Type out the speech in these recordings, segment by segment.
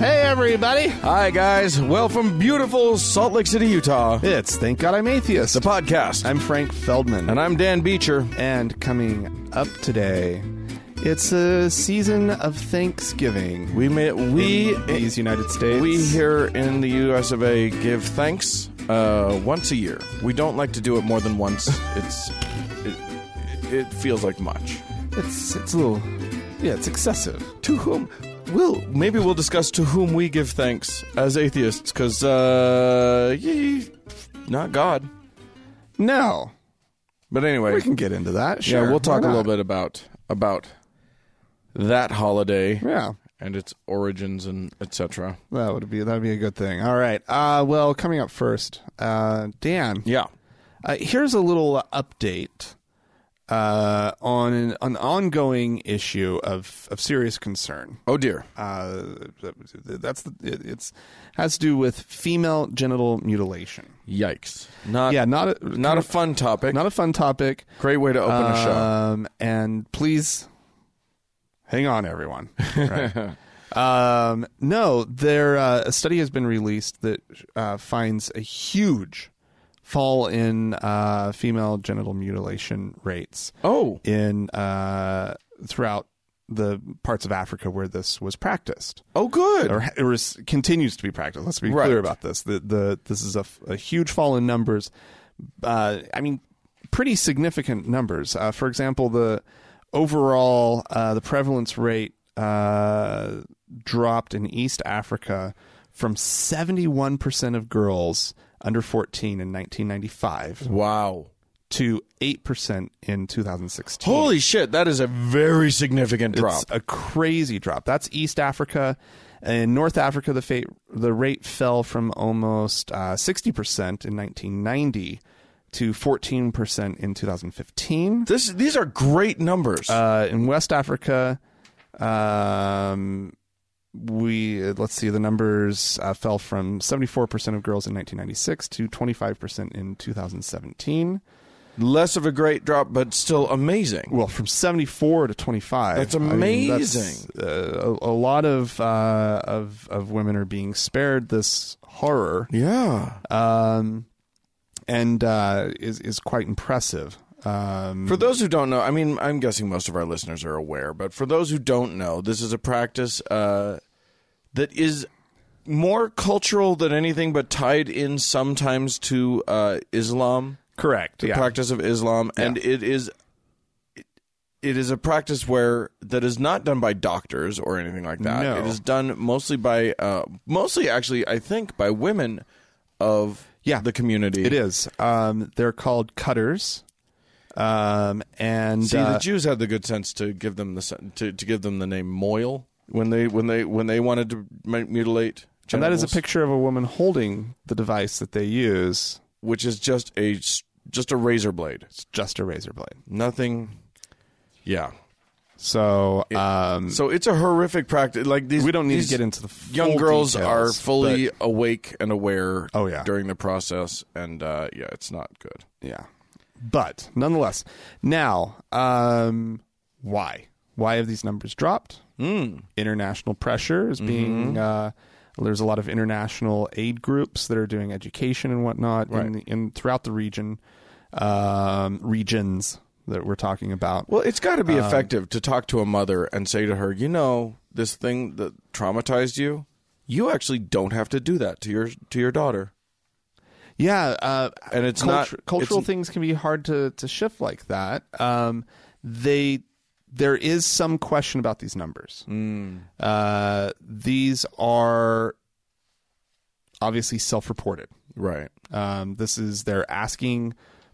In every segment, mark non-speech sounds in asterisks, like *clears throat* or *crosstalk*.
Hey, everybody. Hi, guys. Well, from beautiful Salt Lake City, Utah, It's Thank God I'm Atheist. the podcast. I'm Frank Feldman. and I'm Dan Beecher. and coming up today, it's a season of Thanksgiving. We may, we in these United States. we here in the U.S. of A. give thanks uh, once a year. We don't like to do it more than once. It's it, it feels like much. It's, it's a little. Yeah, it's excessive. To whom? We'll maybe we'll discuss to whom we give thanks as atheists, because uh, ye- not God. No. But anyway, We can get into that. yeah, Sure. we'll talk a Why little not? bit about about that holiday Yeah. and its origins and etc. That would be that would be a good thing. All right. Uh, well, coming up first, uh, Dan. Yeah. Uh, here's a little update uh, on an, an ongoing issue of, of serious concern. Oh dear. Uh, that's the, it, it's has to do with female genital mutilation. Yikes. Not Yeah, not a, not a fun topic. Uh, not a fun topic. Great way to open a show. Um, and please hang on, everyone. *laughs* Right. um, no, there uh, a study has been released that uh, finds a huge fall in uh, female genital mutilation rates Oh, in uh, throughout the parts of Africa where this was practiced oh, good. or it was, continues to be practiced. Let's be Right. clear about this. The, the this is a, f- a huge fall in numbers. Uh, I mean, pretty significant numbers. Uh, for example, the overall uh, the prevalence rate uh, dropped in East Africa from seventy one percent of girls under fourteen in nineteen ninety five Wow. to eight percent in two thousand sixteen. Holy shit! That is a very significant drop. It's a crazy drop. That's East Africa. In North Africa, the fate, the rate fell from almost uh, sixty percent in 1990 to fourteen percent in 2015. This these are great numbers. Uh, in West Africa, um, we uh, let's see the numbers uh, fell from seventy four percent of girls in 1996 to twenty five percent in 2017. Less of a great drop, but still amazing. well from 74 to 25 That's I mean, amazing. that's, uh, a, a lot of uh of of women are being spared this horror Yeah. um and uh is is quite impressive um For those who don't know, I mean, I'm guessing most of our listeners are aware, but for those who don't know, this is a practice uh, that is more cultural than anything, but tied in sometimes to uh, Islam, correct the yeah. practice of Islam, and it is it- it is a practice where that is not done by doctors or anything like that. No. It is done mostly by, uh, mostly actually, I think, by women of Yeah. the community. it is um they're called cutters um and See, uh, the Jews had the good sense to give them the sen- to, to give them the name Moyle when they when they when they wanted to mu- mutilate. and that is a genitals, picture of a woman holding the device that they use which is just a s- just a razor blade. it's just a razor blade Nothing. Yeah. so um So it's a horrific practice. Like these, we don't need to these get into the full Young girls are details, fully awake and aware. Oh, yeah. during the process, and uh, yeah, it's not good. Yeah. But nonetheless, now, um, why? Why have these numbers dropped? Mm. International pressure is being. Uh, there's a lot of international aid groups that are doing education and whatnot in, Right. the, in throughout the region, um, regions that we're talking about. Well, it's got to be effective to talk to a mother and say to her, you know, this thing that traumatized you, you actually don't have to do that to your to your daughter. Yeah, uh, And it's cultu- not- cultural it's- things can be hard to to shift like that. Um, they there is some question about these numbers. Mm. Uh, these are obviously self-reported. Right. Um, this is they're asking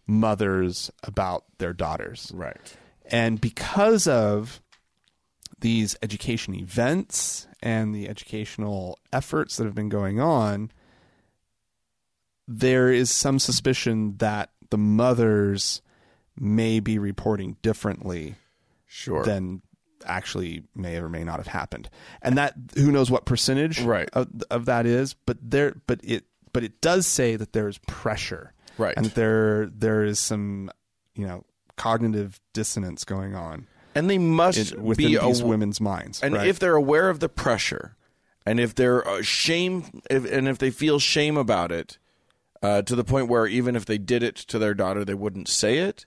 mothers about their daughters, Right. and because of these education events and the educational efforts that have been going on, there is some suspicion that the mothers may be reporting differently Sure. than actually may or may not have happened. And that who knows what percentage Right. of, of that is, but there but it but it does say that there is pressure. Right. And there there is some, you know, cognitive dissonance going on and they must in, within be these aw- women's minds. And right? if they're aware of the pressure and if they're uh, shame, if, and if they feel shame about it, uh, to the point where even if they did it to their daughter, they wouldn't say it.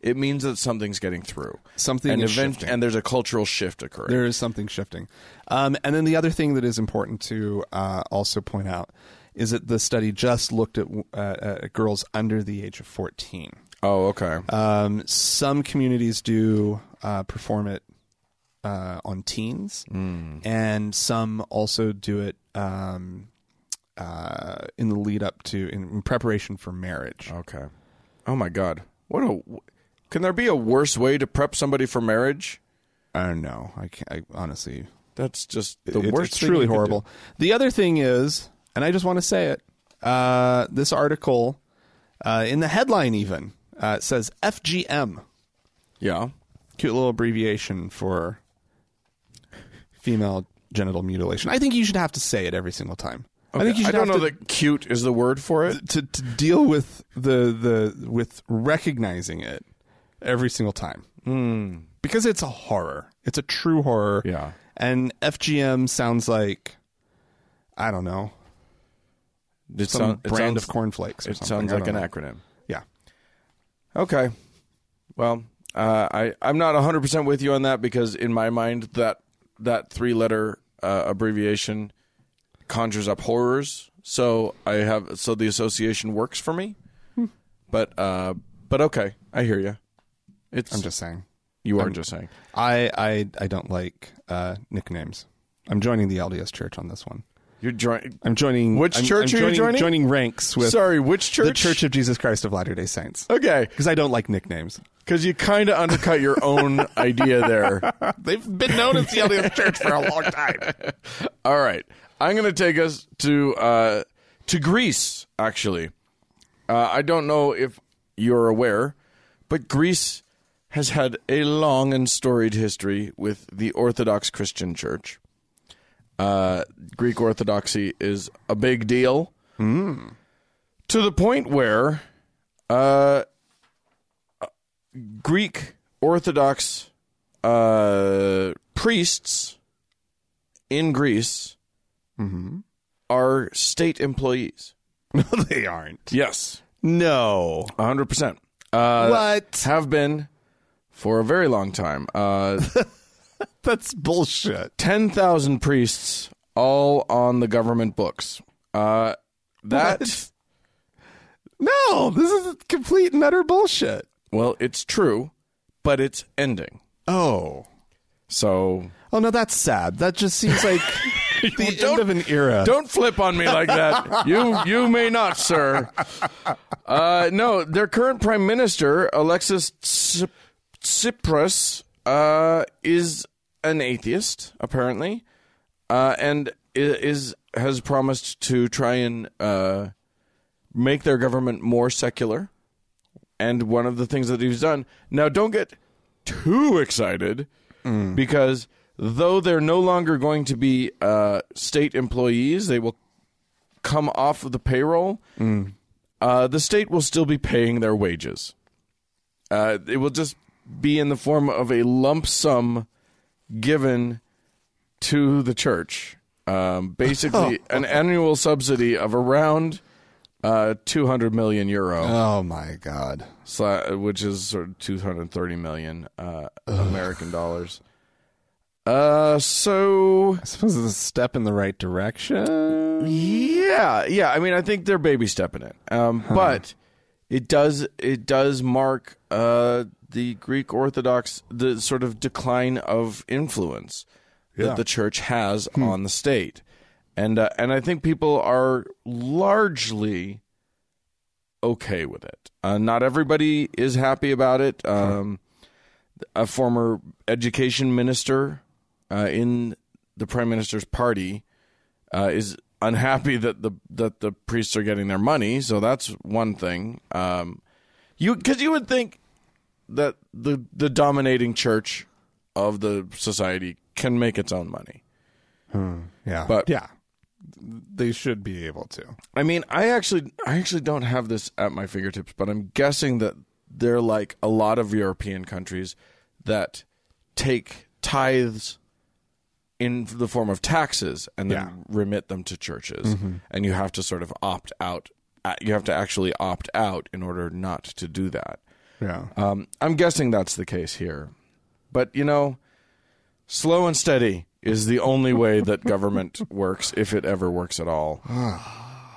It means that something's getting through. Something and is event- shifting. and there's a cultural shift occurring. There is something shifting. Um, and then the other thing that is important to uh, also point out is that the study just looked at, uh, at girls under the age of 14. oh, okay. Um, some communities do uh, perform it uh, on teens, Mm. and some also do it um, uh, in the lead up to, in, in preparation for marriage. Okay. Oh my God. What a. Can there be a worse way to prep somebody for marriage? I don't know. I, can't, I honestly, That's just the It- worst. It's thing truly you could horrible. The other thing is, and I just want to say it. Uh, this article, uh, in the headline, even uh, it says FGM, do. Yeah. cute little abbreviation for female genital mutilation. I think you should have to say it every single time. I think you I should don't have know to, that cute is the word for it. to to deal with the the with recognizing it every single time because it's a horror. It's a true horror. Hmm. Yeah. And FGM sounds like I don't know It some sound- it brand sounds, of cornflakes. Or It something. sounds I like an don't know. acronym. Yeah. Okay. Well, uh, I I'm not 100 percent with you on that because in my mind that that three letter uh, abbreviation conjures up horrors. So I have so the association works for me. But uh, but okay, I hear you. It's I'm just saying. you are just saying. I I I don't like uh, nicknames. I'm joining the LDS Church on this one. You're joining. I'm joining. Which I'm- church I'm are you joining? Joining ranks with Sorry, which church? the Church of Jesus Christ of Latter Day Saints Okay, because I don't like nicknames. because you kind of undercut your own idea there. *laughs* They've been known as the LDS Church for a long time. All right, I'm going to take us to uh, to Greece. Actually, uh, I don't know if you're aware, but Greece has had a long and storied history with the Orthodox Christian Church. Uh, Greek Orthodoxy is a big deal to the point where uh, Greek Orthodox uh, priests in Greece Mm-hmm. are state employees. *laughs* No, they aren't. Yes, No. Uh, hundred percent. Uh, Have what? been for a very long time. Uh, *laughs* That's bullshit. Ten thousand priests, all on the government books. Uh, that What? No, this is complete and utter bullshit. well, it's true, but it's ending. Oh. So Oh no, that's sad. That just seems *laughs* like the end don't- of an era. Don't flip on me like that. You you may not, sir. Uh, no, their current prime minister Alexis Tsip- Tsipras uh, is an atheist apparently, uh, and i- is has promised to try and uh, make their government more secular. And one of the things that he's done now, don't get too excited because though they're no longer going to be uh, state employees, they will come off of the payroll. Uh, the state will still be paying their wages. Uh, it will just be in the form of a lump sum given to the church, um, basically an annual subsidy of around uh, 200 million euro Oh my god. sla- uh, which is sort of 230 million uh, American dollars. Uh, so I suppose it's a step in the right direction. yeah, yeah. I mean, I think they're baby stepping it, um, but it does it does mark uh the Greek Orthodox the sort of decline of influence Yeah. that the church has on the state, and uh, and I think people are largely okay with it. Uh, not everybody is happy about it. Um, a former education minister uh, in the prime minister's party uh, is unhappy that the that the priests are getting their money. So that's one thing. Um, you because you would think that the the dominating church of the society can make its own money. Yeah. But- yeah. They should be able to. I mean, I actually, I actually don't have this at my fingertips, but I'm guessing that they're like a lot of European countries that take tithes in the form of taxes and then Yeah. remit them to churches. And you have to sort of opt out. uh, You have to actually opt out in order not to do that. Yeah. Um, I'm guessing that's the case here. But, you know, slow and steady is the only way *laughs* that government works, if it ever works at *sighs* all.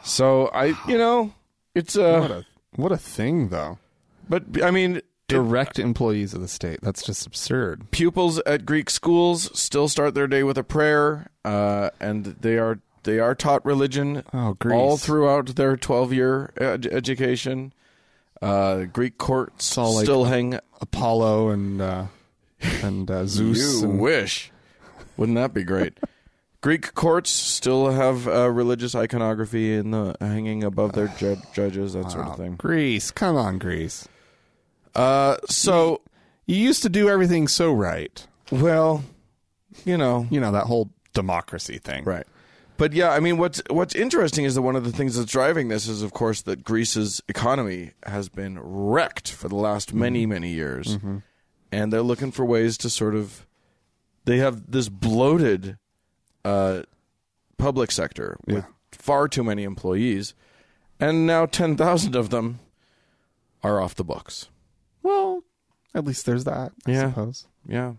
So, I, you know, it's What uh, a what a thing though. but I mean, Direct employees of the state. That's just absurd. pupils at Greek schools still start their day with a prayer, uh, and they are they are taught religion Oh, Greece. all throughout their 12 year ed- education. Uh, Greek courts all like- still hang. Apollo and uh, and uh, Zeus. You and- wish. Wouldn't that be great? *laughs* Greek courts still have uh, religious iconography in the hanging above their ju- judges, that sort Oh, of thing. Greece, come on, Greece. Uh, so, You used to do everything so right. well, you know, You know that whole democracy thing. Right. But yeah, I mean, what's what's interesting is that one of the things that's driving this is, of course, that Greece's economy has been wrecked for the last Mm-hmm. many many years, and they're looking for ways to sort of. They have this bloated, uh, public sector with far too many employees, and now ten thousand of them are off the books. Well, at least there's that. I Yeah. suppose. Yeah,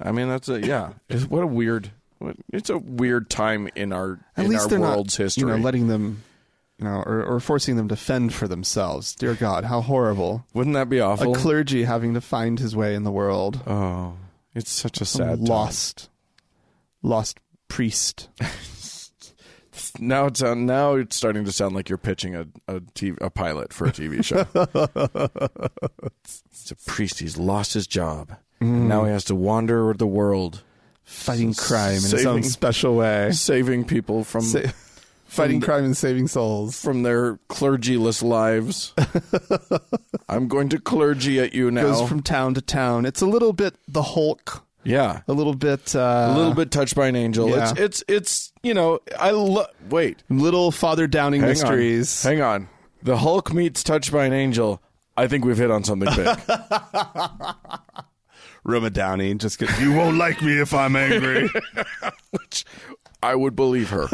I mean that's *laughs* a yeah. It's, what a weird. what- It's a weird time in our At in least our they're world's not, history. You know, letting them, you know, or, or forcing them to fend for themselves. Dear God, how horrible! Wouldn't that be A awful? clergy having to find his way in the world. oh, it's such a A sad lost, lost priest. time. Now it's uh, now it's starting to sound like you're pitching a a, TV, a pilot for a *laughs* TV show. it's a priest. He's lost his job. And now he has to wander the world, Fighting crime in his own Saving- special way. saving people from Sa- fighting crime and saving souls. from their clergyless *laughs* lives. I'm going to clergy at you now. Goes from town to town. It's a little bit the Hulk. yeah. A little bit. Uh, A little bit touched by an angel. yeah. It's it's it's you know I love wait Little Father Downing Hang on. mysteries. Hang on. The Hulk meets Touched by an Angel. I think we've hit on something big. *laughs* Roma Downey just get. You won't like me if I'm angry. I would believe *laughs* her.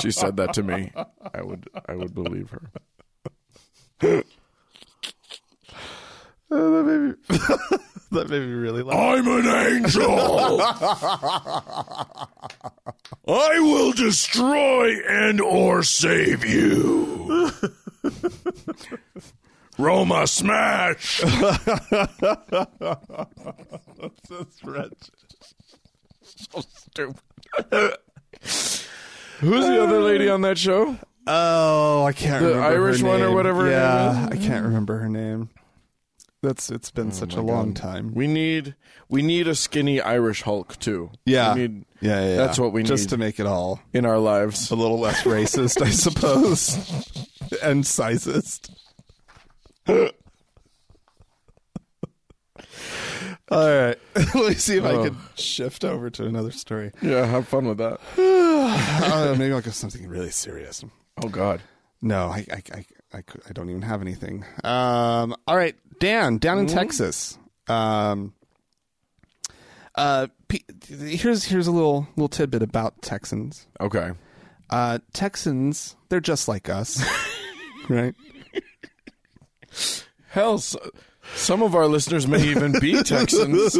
she said that to me. I would I would believe her. that made me. *laughs* that made me really laugh. I'm an angel. I will destroy and or save you. Roma *laughs* smash. Oh. Who's the other lady on that show? Oh, I can't The remember her Irish one or name. whatever her Yeah, name I can't remember her name. Oh That's it's been such a long time. We need we need a skinny Irish Hulk too. Yeah. we need yeah, yeah, that's yeah. what we just need. to make it all in our lives. a little less racist, I suppose, and sizist. all right, *laughs* let me see if I can shift over to another story. Yeah, have fun with that. Uh, maybe I'll go something really serious. Oh God, No, I, I, I, I, cou- I don't even have anything. Um, all right, Dan, down in Texas. Um, uh, pe- here's here's a little little tidbit about Texans. okay. Uh, Texans, they're just like us, *laughs* right? Hell, s some of our listeners may even *laughs* be Texans.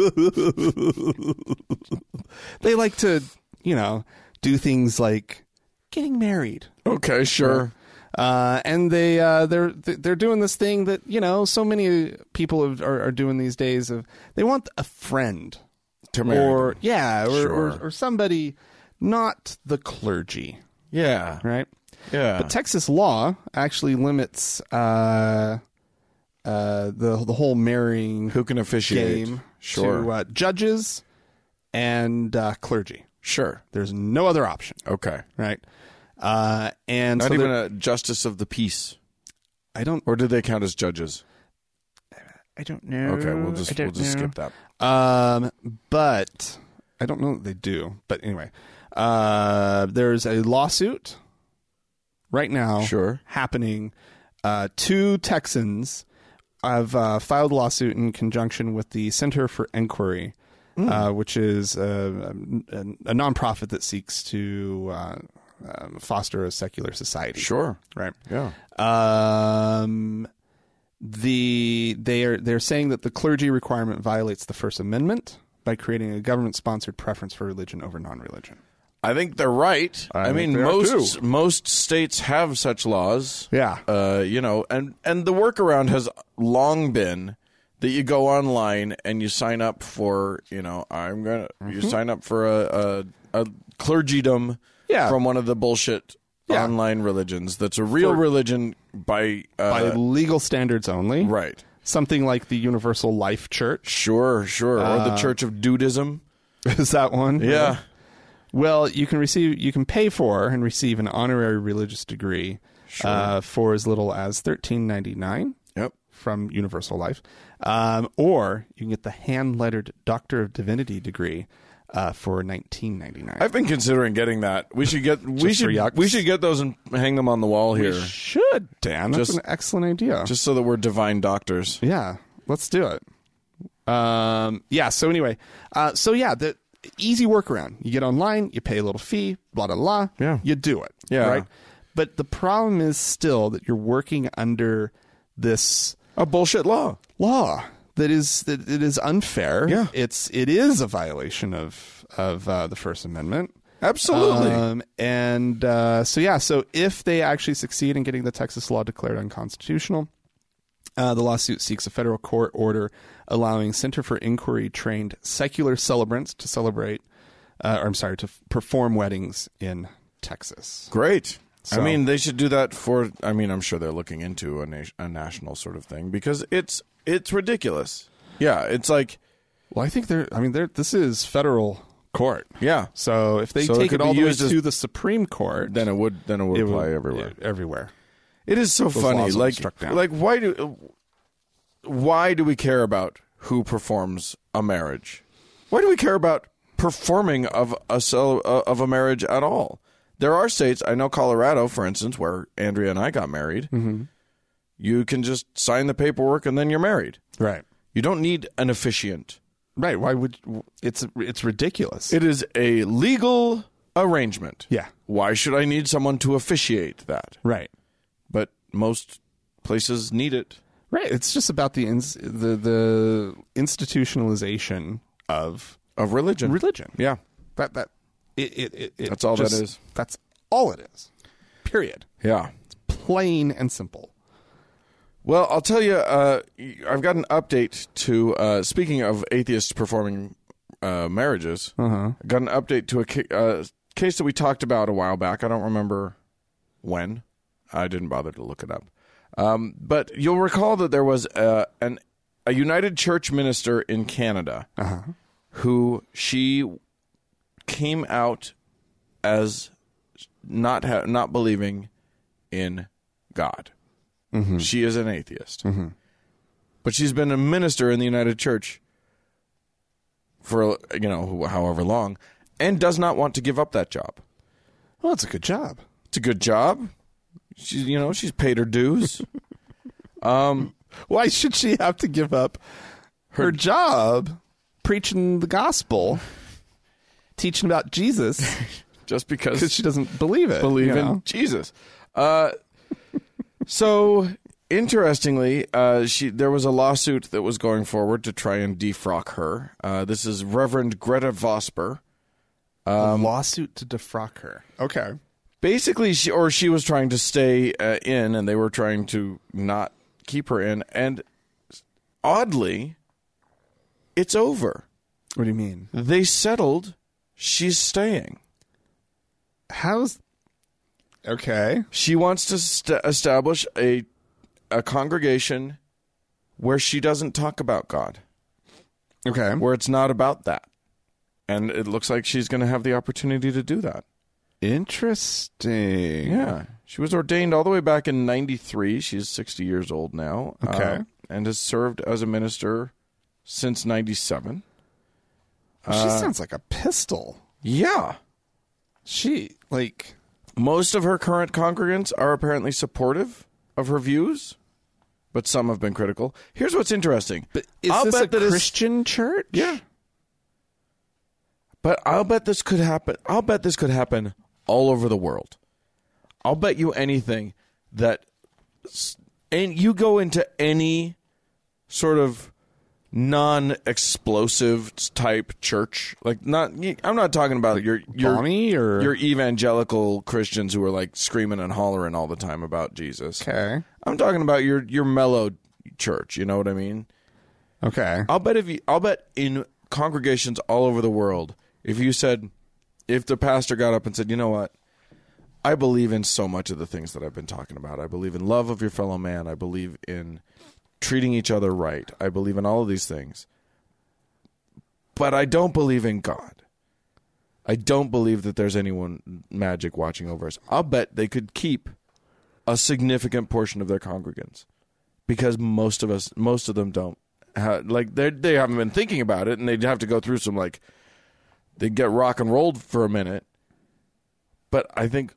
They like to, you know, do things like getting married. Okay, sure. Uh, and they uh, they're they're doing this thing that you know so many people have, are, are doing these days of they want a friend To marry or yeah or, Sure. or, or somebody not the clergy yeah, right yeah. but texas law actually limits uh uh the the whole marrying Who can officiate? game Sure, to uh, judges and uh, clergy sure. there's no other option Okay, right uh and not so even there- a justice of the peace, i don't or do they count as judges? i Mm, don't know Okay, we'll just we'll just skip that. Um, but I don't know that they do. But anyway, uh, there's a lawsuit right now Sure. happening. Uh, two Texans have uh, filed a lawsuit in conjunction with the Center for Inquiry Hmm. uh, which is uh, a, a nonprofit that seeks to uh, um, foster a secular society. Sure. Right. Yeah. Um, the they are they're saying that the clergy requirement violates the First Amendment by creating a government-sponsored preference for religion over non-religion. I think they're right. I, think mean, they are most most states have such laws. Yeah. Uh, you know, and and the workaround has long been that you go online and you sign up for, you know, I'm gonna Mm-hmm. you sign up for a a, a clergydom Yeah. from one of the bullshit Yeah. online religions. That's a real religion by, By uh, legal standards only, right. something like the Universal Life Church Sure, sure. or Uh. the Church of Dudism. *laughs* is that one. Yeah. Well, you can receive, you can pay for and receive an honorary religious degree uh, for as little as thirteen ninety nine Yep. from Universal Life, um, or you can get the hand lettered Doctor of Divinity degree uh, for nineteen ninety nine. I've been considering getting that. We should get we Just for yucks. should we should get those and hang them on the wall here, Should Dan? That's Just- an excellent idea. just so that we're divine doctors. Yeah, let's do it. Um, yeah. So anyway, uh, so yeah, the easy workaround. You get online, you pay a little fee, blah blah blah. Yeah. you do it. Yeah. right. But the problem is still that you're working under this A bullshit law. law that is that it is unfair. Yeah. it's it is a violation of of uh, the First Amendment. Absolutely. Um, and uh, so, yeah, so if they actually succeed in getting the Texas law declared unconstitutional, uh, the lawsuit seeks a federal court order allowing Center for Inquiry trained secular celebrants to celebrate, uh, or I'm sorry, to f- perform weddings in Texas. Great. So- I mean, they should do that for. I mean, I'm sure they're looking into a, na- a national sort of thing because it's it's ridiculous. Yeah, it's like Well, I think they're, I mean, they're, this is federal court. yeah. So if they So it take it, could be all the way used as- to the Supreme Court, Then it would then it would it would- apply everywhere. yeah, everywhere. It is so funny. laws will be Like, struck down. like why do why do we care about who performs a marriage? Why do we care about performing of a cel- uh, of a marriage at all? There are states I know, Colorado, for instance, where Andrea and I got married. Mm-hmm. You can just sign the paperwork and then you're married. Right. You don't need an officiant. Right. Why would, it's, it's ridiculous. It is a legal arrangement. yeah. Why should I need someone to officiate that? Right. But most places need it. Right. It's just about the ins- the the institutionalization of Of religion. religion. yeah. That that it, it, it, it That's all that just- is. That's all it is. Period. Yeah. Plain and simple. Well, I'll tell you, uh, I've got an update to, uh, speaking of atheists performing uh, marriages, uh I got an update to a ca- uh, case that we talked about a while back. I don't remember when. I didn't bother to look it up. Um, but you'll recall that there was a, an, a United Church minister in Canada who she came out as not ha- not believing in God. She is an atheist, but she's been a minister in the United Church for you know however long, and does not want to give up that job. Well, it's a good job. It's a good job. She's you know she's paid her dues. um, Why should she have to give up her, job preaching the gospel, teaching about Jesus just because because she doesn't believe it? believe you know? in Jesus. Uh, so interestingly, uh, she there was a lawsuit that was going forward to try and defrock her. Uh, this is Reverend Greta Vosper. a lawsuit to defrock her. Okay. Basically, she or she was trying to stay uh, in, and they were trying to not keep her in. And oddly, it's over. What do you mean? They settled. She's staying. How's okay? She wants to st- establish a a congregation where she doesn't talk about God, Okay. where it's not about that. And it looks like she's going to have the opportunity to do that. Interesting. Yeah. She was ordained all the way back in 93. She's 60 years old now. Okay. uh, and has served as a minister since 97. She Uh, sounds like a pistol. Yeah. She like Most of her current congregants are apparently supportive of her views, but some have been critical. Here's what's interesting. but is I'll this bet a that it's- Christian church? Yeah. But I'll bet this could happen. I'll bet this could happen all over the world. I'll bet you anything that, s- and you go into any sort of non-explosive type church, like not. I'm not talking about your your Bonnie or your evangelical Christians who are like screaming and hollering all the time about Jesus. okay, I'm talking about your your mellow church. You know what I mean? okay, I'll bet if you, I'll bet in congregations all over the world, if you said, if the pastor got up and said, you know what, I believe in so much of the things that I've been talking about. I believe in love of your fellow man. I believe in treating each other right. I believe in all of these things, but I don't believe in God. I don't believe that there's anyone magic watching over us. I'll bet they could keep a significant portion of their congregants because most of us, most of them don't ha like they they haven't been thinking about it, and they'd have to go through some like they'd get rock and rolled for a minute. But I think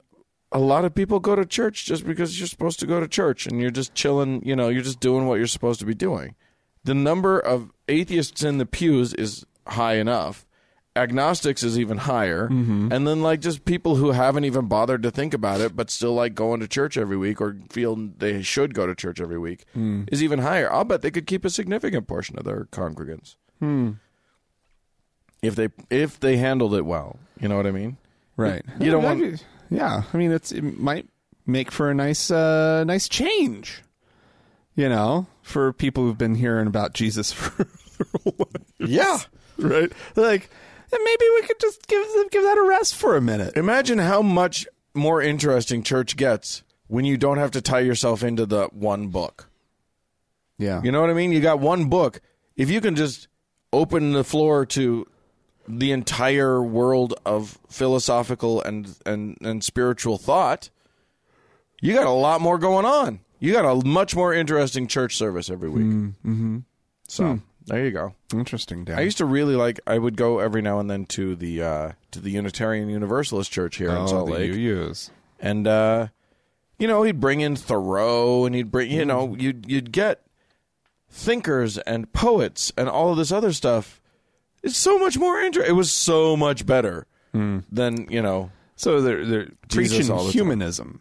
a lot of people go to church just because you're supposed to go to church, and you're just chilling. You know, you're just doing what you're supposed to be doing. The number of atheists in the pews is high enough. Agnostics is even higher, and then like just people who haven't even bothered to think about it, but still like going to church every week or feel they should go to church every week is even higher. I'll bet they could keep a significant portion of their congregants if they if they handled it well. You know what I mean? right. You don't want- That'd be- yeah, I mean, it's it might make for a nice, uh, nice change. You know, for people who've been hearing about Jesus *laughs* for their whole life, Yeah. right? Like, eh, maybe we could just give give that a rest for a minute. Imagine how much more interesting church gets when you don't have to tie yourself into the one book. Yeah, You know what I mean? You got one book. If you can just open the floor to the entire world of philosophical and and and spiritual thought, you got a lot more going on. You got a much more interesting church service every week. Mm-hmm. So there you go. interesting. Dan. I used to really like. I would go every now and then to the uh, to the Unitarian Universalist Church here Oh, in Salt Lake, use. and uh, you know he'd bring in Thoreau, and he'd bring you Mm-hmm. know you'd you'd get thinkers and poets and all of this other stuff. It's so much more interesting. It was so much better Mm. than you know. So they're they're Jesus preaching all the time. humanism.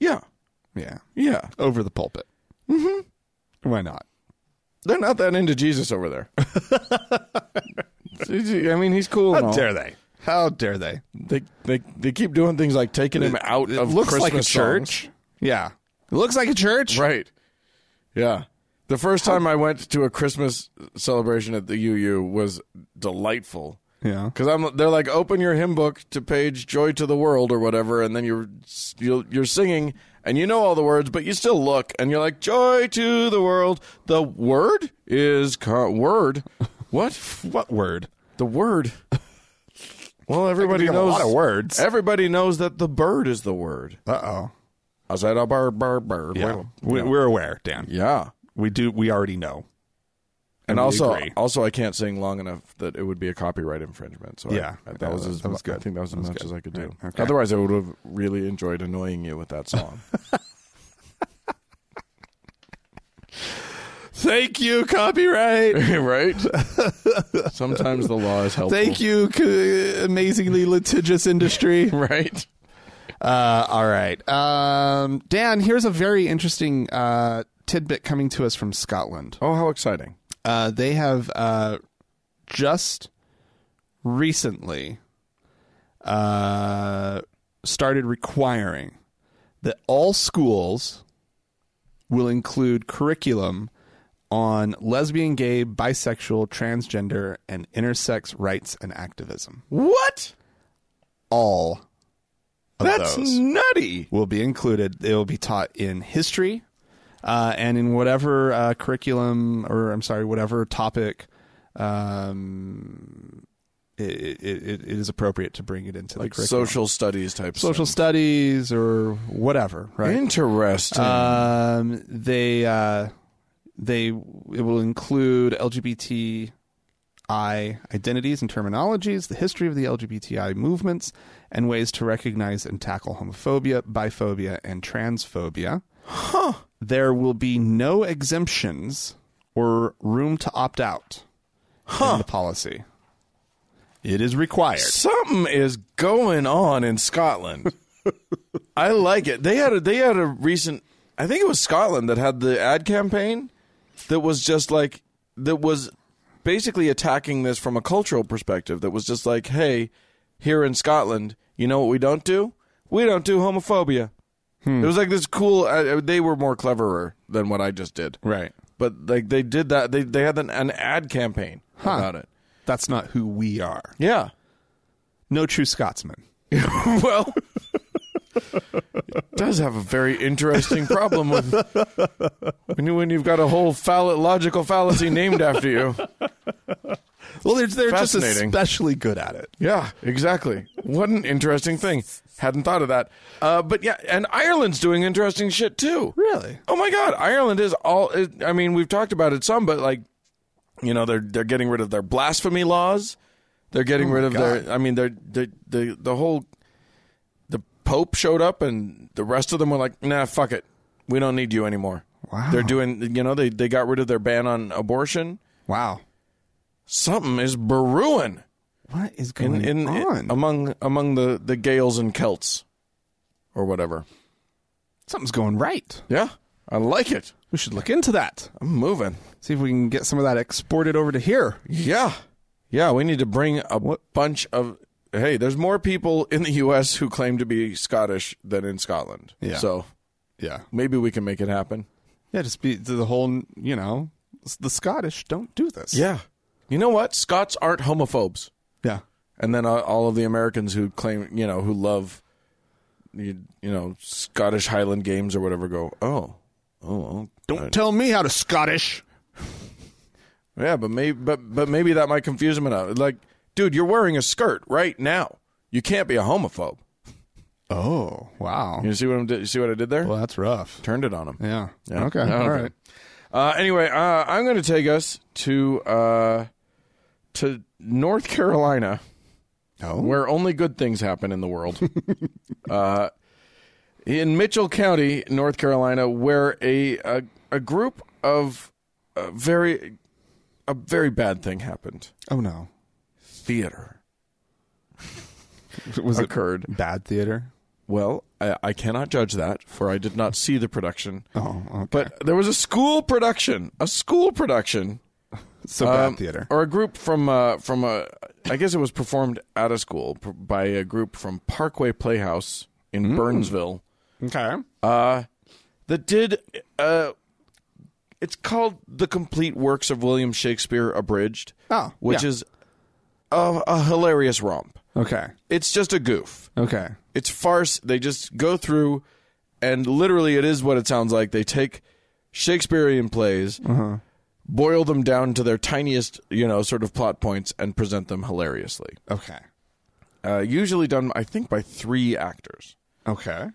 Yeah, Yeah, yeah. over the pulpit. Mm-hmm. Why not? They're not that into Jesus over *laughs* there. I mean, he's cool. and all. they? How dare they? They, they they keep doing things like taking him out It of looks Christmas like a songs. church. Yeah, it looks like a church. *laughs* Right. Yeah. The first time I went to a Christmas celebration at the UU was delightful. Yeah. Cuz I'm they're like open your hymn book to page Joy to the World or whatever and then you're you'll- you're singing and you know all the words but you still look and you're like Joy to the World. The word is *laughs* co- word. What? What word? The word. Well, everybody think of a knows lot of words. Everybody knows that the bird is the word. Uh oh. I said a bird, bird, bird. Yeah. Well, We, We're aware, Dan. yeah. We do. We already know. and we also agree. also I can't sing long enough that it would be a copyright infringement. So I- Yeah. I, that, Yeah, was that- as, that was I good. think that was as much as I could do. Right. Okay. Otherwise, I would have really enjoyed annoying you with *laughs* that song. *laughs* Thank you, *laughs* copyright. right? Sometimes the law is helpful. Thank you, c- amazingly litigious industry. *laughs* Right? *laughs* Uh, all right, um, Dan. Here's a very interesting uh, tidbit coming to us from Scotland. Oh, how exciting! Uh, they have uh, just recently uh, started requiring that all schools will include curriculum on lesbian, gay, bisexual, transgender, and intersex rights and activism. What? All of That's those nutty. will be included. They will be taught in history uh, and in whatever uh, curriculum, or I'm sorry, whatever topic um, it, it, it it is appropriate to bring it into the curriculum. Social studies type. Social studies or whatever, stuff. right? Interesting. Um, they uh, they it will include LGBTI identities and terminologies, the history of the LGBTI movements, and ways to recognize and tackle homophobia, biphobia, and transphobia. There will be no exemptions or room to opt out in the policy. It is required. Something is going on in Scotland. I like it. They had a they had a recent I think it was Scotland that had the ad campaign that was just like that was basically attacking this from a cultural perspective that was just like, "Hey, here in Scotland, you know what we don't do? We don't do homophobia." It was like this cool uh, they were more cleverer than what I just did. Right. But like they did that they they had an, an ad campaign about it. That's not who we are. Yeah. No true Scotsman. well, it *laughs* does have a very interesting problem with when, when you've got a whole fall- logical fallacy named after you. Well, they're, they're just Fascinating. especially good at it. Yeah, exactly. What an interesting thing. Hadn't thought of that. Uh, but yeah, and Ireland's doing interesting shit too. Really? Oh my God, Ireland is all. It, I mean, we've talked about it some, but like, you know, they're they're getting rid of their blasphemy laws. They're getting Oh rid of their. I mean, they're, they the the whole. The Pope showed up, and the rest of them were like, "Nah, fuck it, we don't need you anymore." Wow. They're doing. You know, they they got rid of their ban on abortion. Wow. Something is brewing What is in, going in, on? among among the the Gaels and Celts, or whatever. Something's going right. Yeah, I like it. We should look into that. I'm moving. See if we can get some of that exported over to here. Yeah. Yeah, we need to bring a bunch of Hey, there's more people in the US who claim to be Scottish than in Scotland. Yeah. So, Yeah. maybe we can make it happen. Yeah, just be the whole, you know, s- the Scottish don't do this. Yeah. You know what? Scots aren't homophobes. Yeah. And then uh, all of the Americans who claim, you know, who love you, you know, Scottish Highland games or whatever go, "Oh. Oh, oh. Don't tell me how to Scottish. Yeah, but maybe but but maybe that might confuse them enough. Like, dude, you're wearing a skirt right now. You can't be a homophobe. Oh, wow. You see what I'm you see what I did there? Well, that's rough. Turned it on him. Yeah. Yeah. Okay. I don't All think- right. Uh, anyway, uh, I'm going to take us to uh, to North Carolina, Oh. where only good things happen in the *laughs* world. uh, in Mitchell County, North Carolina, where a a, a group of uh very a very bad thing happened. Oh no. Theater Was it occurred. bad theater? Well, I, I cannot judge that, for I did not see the production. Oh, okay. But there was a school production, a school production so Um, bad theater. or a group from uh, from a I guess it was performed at a school p- by a group from Parkway Playhouse in Mm. Burnsville Okay. Uh, that did uh, it's called the complete works of William Shakespeare abridged, Oh, which yeah. is a, a hilarious romp. Okay. It's just a goof. Okay. It's farce. They just go through, and literally, it is what it sounds like. They take Shakespearean plays, boil them down to their tiniest, you know, sort of plot points, and present them hilariously. Okay. Uh, usually done, I think, by three actors. Okay.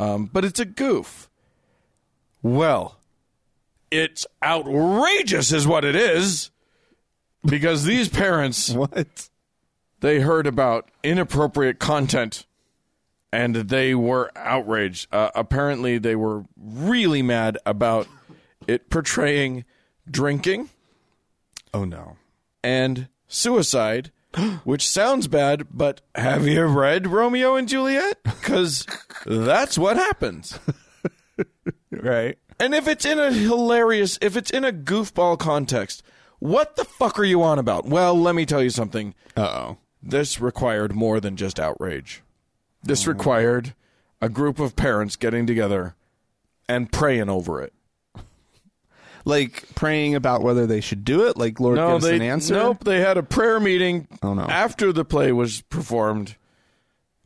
Um, but it's a goof. Well, it's outrageous, is what it is, because these parents What? they heard about inappropriate content and they were outraged. Uh, apparently, they were really mad about it portraying drinking Oh no. and suicide, which sounds bad, but have you read Romeo and Juliet? Because that's what happens. Right. And if it's in a hilarious, if it's in a goofball context, what the fuck are you on about? Well, let me tell you something. Uh oh. This required more than just outrage. This required a group of parents getting together and praying over it. Like praying about whether they should do it. Like Lord gives Oh, they an answer. nope. They had a prayer meeting Oh, no. after the play was performed.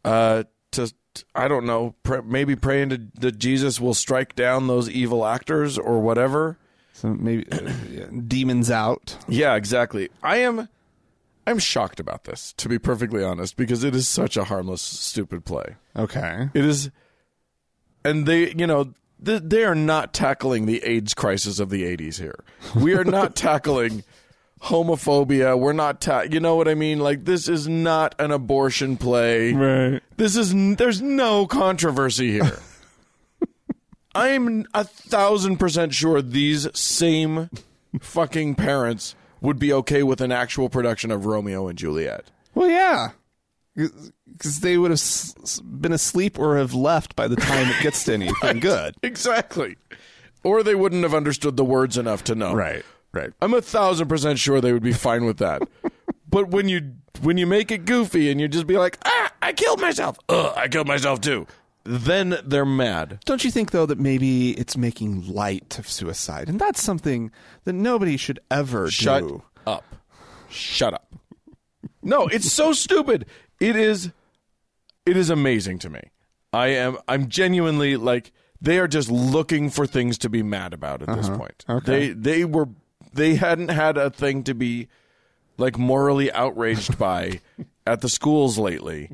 Uh, to I don't know, pr- maybe praying to, that Jesus will strike down those evil actors or whatever. So maybe uh, yeah, demons out. Yeah, exactly. I am, I'm shocked about this to be perfectly honest, because it is such a harmless, stupid play. Okay. It is, and they, you know, th- they are not tackling the AIDS crisis of the '80s here. We are not tackling homophobia. We're not, ta- you know what I mean? Like this is not an abortion play. Right. This is n- there's no controversy here. I'm a thousand percent sure these same fucking parents would be okay with an actual production of Romeo and Juliet. Well, Well, yeah, because they would have s- been asleep or have left by the time it gets *laughs* to anything good. Exactly. Or they wouldn't have understood the words enough to know. right. I'm a thousand percent sure they would be fine with *laughs* that. but when you when you make it goofy and you just be like, ah, I killed myself. Ugh, I killed myself too. Then they're mad. Don't you think though that maybe it's making light of suicide, and that's something that nobody should ever Shut do. up. Shut up. No, it's so stupid. It is it is amazing to me. I am I'm genuinely like they are just looking for things to be mad about at this point. Okay. They they were they hadn't had a thing to be like morally outraged by at the schools lately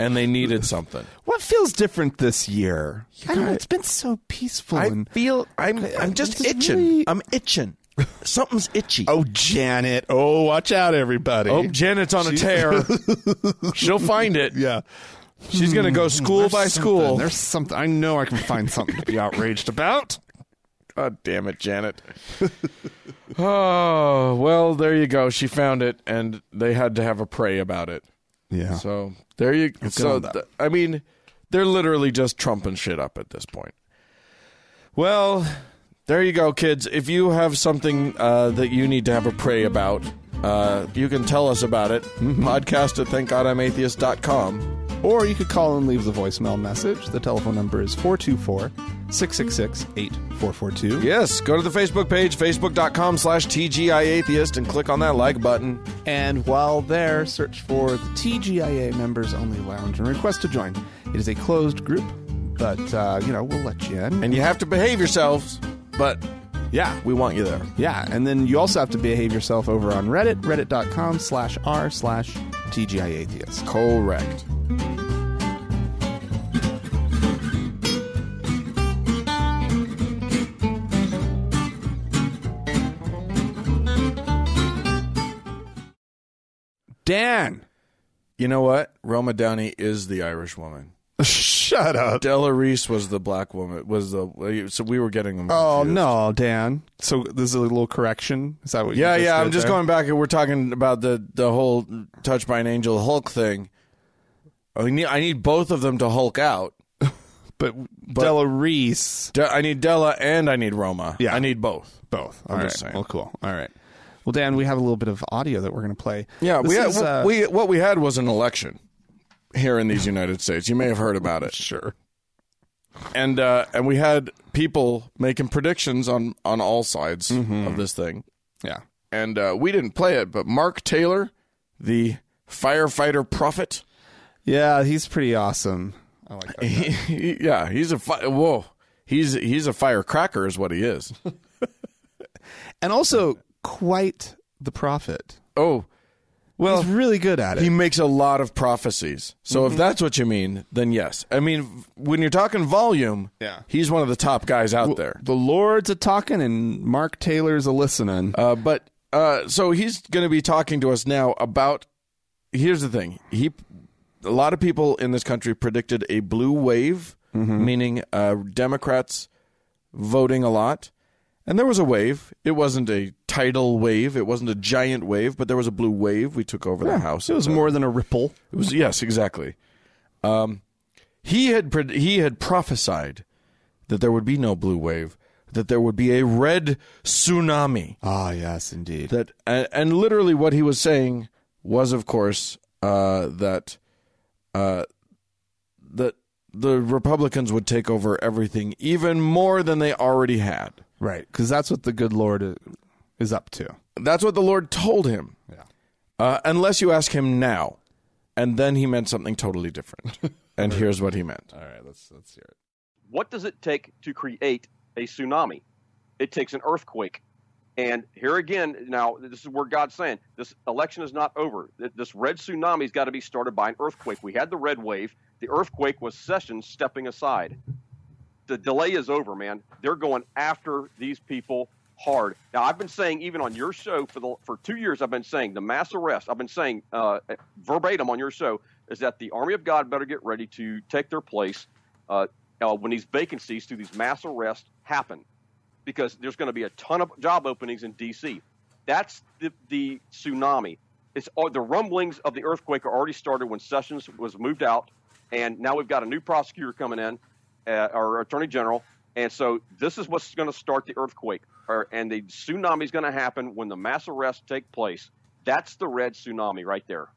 and they needed something. What feels different this year? I don't know. It's been so peaceful. and feel I'm I'm just really- I'm itching. Something's itchy. oh, Janet. Oh, watch out, everybody. Oh, Janet's on a tear. *laughs* She'll find it. yeah. She's going to go Hmm, school There's by something- school. There's something. I know I can find something to be outraged about. God damn it, Janet. *laughs* oh, well, there you go. She found it, and they had to have a pray about it. Yeah. So there you So, on that. th- I mean, they're literally just trumping shit up at this point. Well, there you go, kids. If you have something uh, that you need to have a pray about, uh, you can tell us about it. *laughs* Podcast at thankgodimatheist.com. Or you could call and leave the voicemail message. The telephone number is 424 666 8442. Yes, go to the Facebook page, facebook.com slash TGIAtheist, and click on that like button. And while there, search for the TGIA Members Only Lounge and request to join. It is a closed group, but, uh, you know, we'll let you in. And you have to behave yourselves, but yeah, we want you there. Yeah, and then you also have to behave yourself over on Reddit, reddit.com slash r slash TGIAtheist. Correct. Dan! You know what? Roma Downey is the Irish woman. Shut up. Della Reese was the black woman. Was the so we were getting them. Oh, confused. no, Dan. So this is a little correction? Is that what Yeah, you yeah. I'm did just there? going back, and we're talking about the the whole "Touched by an Angel" Hulk thing. I need I need both of them to Hulk out. But, but Della Reese. De- I need Della and I need Roma. Yeah. I need both. Both. All right. just saying. Well, cool. All right. Well, Dan, we have a little bit of audio that we're going to play. Yeah, This we had, is, uh, we what we had was an election here in these United States. You may have heard about it. sure. and uh, and we had people making predictions on on all sides Mm-hmm. of this thing, Yeah. and uh, we didn't play it, but Mark Taylor, the firefighter *laughs* prophet, Yeah, he's pretty awesome. I like that. he, he- yeah, he's a fi- whoa, he's he's a firecracker, is what *laughs* he is. And also, quite the prophet. oh, well, He's really good at it. he makes a lot of prophecies. So Mm-hmm. if that's what you mean, then yes, I mean when you're talking volume, Yeah. he's one of the top guys out there. the Lord's a talking and Mark Taylor's a listening. Uh, but uh, so he's going to be talking to us now about. Here's the thing: he, a lot of people in this country predicted a blue wave, Mm-hmm. meaning uh, Democrats voting a lot, and there was a wave. It wasn't a tidal wave. It wasn't a giant wave, but there was a blue wave. We took over the house. it was more than a ripple. It was yes, exactly. Um, he had pred- he had prophesied that there would be no blue wave, that there would be a red tsunami Ah, yes, indeed. that and, and literally what he was saying was of course uh, that uh, that the republicans would take over everything even more than they already had right, because that's what the good Lord i- is up to. that's what the lord told him Yeah. uh, unless you ask him now and then he meant something totally different and here's what he meant All right, let's let's hear it. what does it take to create a tsunami? It takes an earthquake. And here again, now this is where God's saying this election is not over. Th- This red tsunami's got to be started by an earthquake. We had the red wave. The earthquake was Sessions stepping aside. The delay is over, man. They're going after these people hard. Now I've been saying even on your show for the for two years, I've been saying the mass arrest. I've been saying uh, verbatim on your show is that the army of God better get ready to take their place uh, uh, when these vacancies through these mass arrests happen, because there's going to be a ton of job openings in D.C. That's the, the tsunami. it's all the rumblings of the earthquake are already started when Sessions was moved out, and now we've got a new prosecutor coming in, uh, our attorney general, and so this is what's going to start the earthquake, or, and the tsunami is going to happen when the mass arrests take place. That's the red tsunami right there.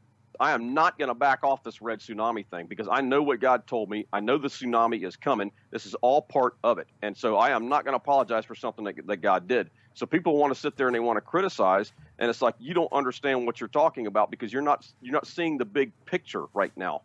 I am not going to back off this red tsunami thing because I know what God told me. I know the tsunami is coming. This is all part of it. And so I am not going to apologize for something that, that God did. So people want to sit there and they want to criticize and it's like you don't understand what you're talking about because you're not you're not seeing the big picture right now.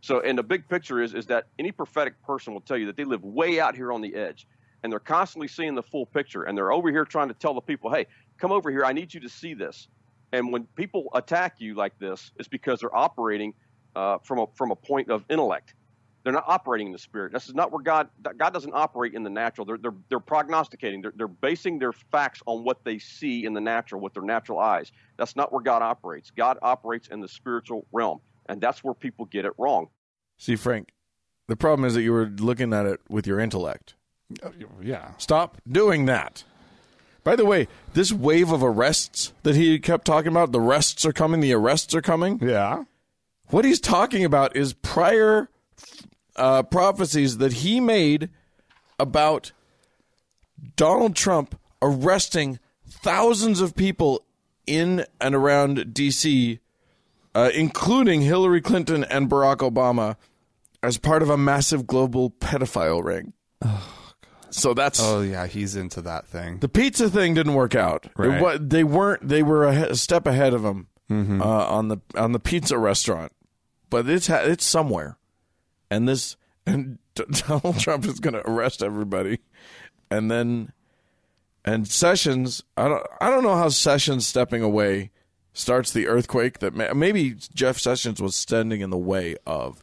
So and the big picture is is that any prophetic person will tell you that they live way out here on the edge and they're constantly seeing the full picture and they're over here trying to tell the people, "Hey, come over here. I need you to see this." And when people attack you like this, it's because they're operating uh, from a from a point of intellect. They're not operating in the spirit. This is not where God God doesn't operate in the natural. They're they're, they're prognosticating. They're, they're basing their facts on what they see in the natural with their natural eyes. That's not where God operates. God operates in the spiritual realm, and that's where people get it wrong. See, Frank, the problem is that you were looking at it with your intellect. Yeah. Stop doing that. By the way, this wave of arrests that he kept talking about, the arrests are coming, the arrests are coming. Yeah. What he's talking about is prior uh, prophecies that he made about Donald Trump arresting thousands of people in and around D.C., uh, including Hillary Clinton and Barack Obama, as part of a massive global pedophile ring. So that's Oh yeah, he's into that thing. the pizza thing didn't work out. Right. Mm-hmm. Wa- they weren't. They were a, he- a step ahead of him uh, on the on the pizza restaurant, but it's ha- it's somewhere, and this and *laughs* D- Donald Trump is going to arrest everybody, and then and Sessions. I don't I don't know how Sessions stepping away starts the earthquake that ma- maybe Jeff Sessions was standing in the way of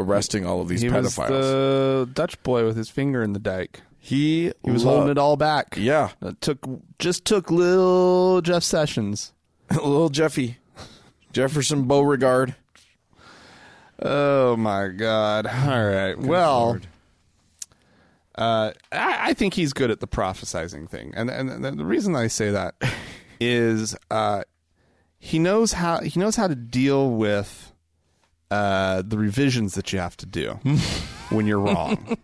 arresting all of these He was pedophiles. the Dutch boy with his finger in the dike. he He was holding it all back. Yeah, *laughs* It took just took little Jeff Sessions. little Jeffy, Jefferson Beauregard. Oh my God! *laughs* All right. well, uh, I, I think he's good at the prophesizing thing, and and the- the reason I say that *laughs* is uh, he knows how he knows how to deal with uh, the revisions that you have to do *laughs* when you're wrong,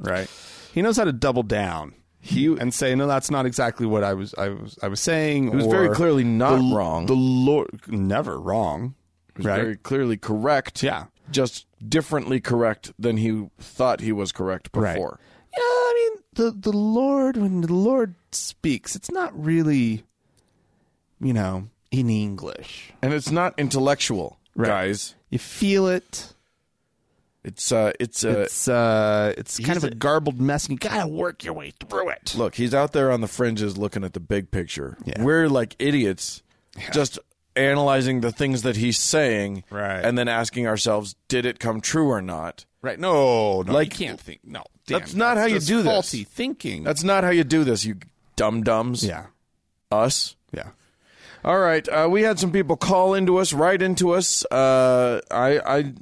right? He knows how to double down. and say no, that's not exactly what I was. I was. I was saying. It was very clearly not wrong. The Lord never wrong, right? Very clearly correct. Yeah. Just differently correct than he thought he was correct Right. before. Yeah, I mean the the Lord when the Lord speaks, it's not really, you know, in English. And it's not intellectual, guys. You feel it. It's uh it's uh It's uh, it's kind of a garbled mess, and you gotta work your way through it. look, he's out there on the fringes looking at the big picture. We're like idiots just analyzing the things that he's saying Right. and then asking ourselves, did it come true or not? Right? No, no, Like- you can't think. No, That's not how you do this. Faulty thinking. That's not how you do this, you dum dums. yeah, Us. yeah. All right, uh, we had some people call into us, write into us. Uh, I, I,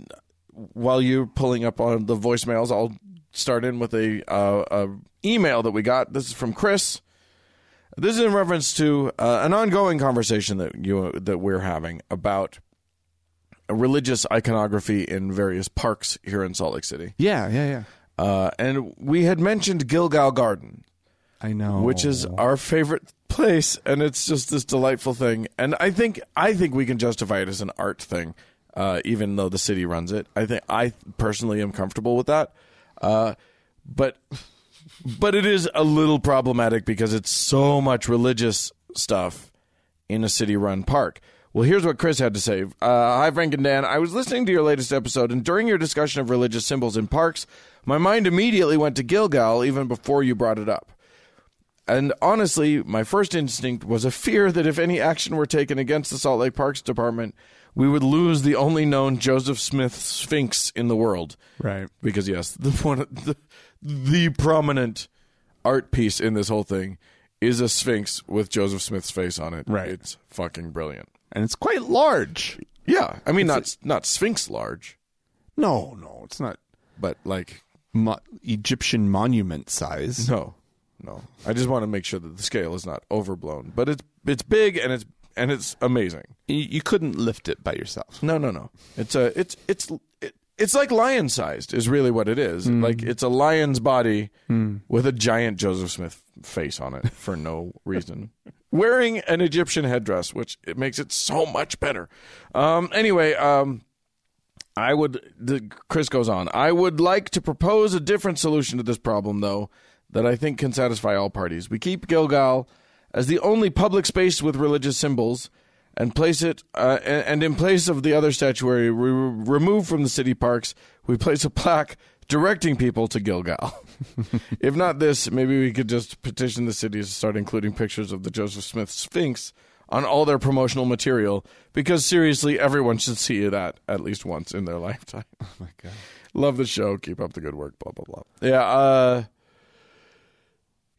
while you're pulling up on the voicemails, I'll start in with a, uh, a email that we got. This is from Chris. This is in reference to uh, an ongoing conversation that you that we're having about religious iconography in various parks here in Salt Lake City, Yeah, yeah, yeah. uh, and we had mentioned Gilgal Garden I know. which is our favorite place and it's just this delightful thing and i think i think we can justify it as an art thing uh, even though the city runs it i think i personally am comfortable with that uh, but but it is a little problematic because it's so much religious stuff in a city run park. Well, here's what Chris had to say. Uh, Hi, Frank and Dan. I was listening to your latest episode, and during your discussion of religious symbols in parks, my mind immediately went to Gilgal even before you brought it up. And honestly, my first instinct was a fear that if any action were taken against the Salt Lake Parks Department, we would lose the only known Joseph Smith Sphinx in the world right. because yes, the *laughs* one the, the prominent art piece in this whole thing is a sphinx with Joseph Smith's face on it. Right. it's fucking brilliant. And it's quite large. Yeah, I mean not not sphinx large, No, no, it's not but like mo- Egyptian monument size. no, no. I just want to make sure that the scale is not overblown, but it's it's big and it's and it's amazing. You, you couldn't lift it by yourself. No, no, no. It's a it's it's it, it's like lion sized is really what it is. Like it's a lion's body with a giant Joseph Smith face on it for no reason. Wearing an Egyptian headdress, which it makes it so much better. Um anyway, um I would the Chris goes on. I would like to propose a different solution to this problem though that I think can satisfy all parties. We keep Gilgal as the only public space with religious symbols and place it uh, and, and in place of the other statuary we re- remove from the city parks we place a plaque directing people to gilgal *laughs* if not this maybe we could just petition the city to start including pictures of the joseph smith sphinx on all their promotional material because seriously everyone should see that at least once in their *laughs* lifetime oh my god love the show keep up the good work blah blah blah yeah uh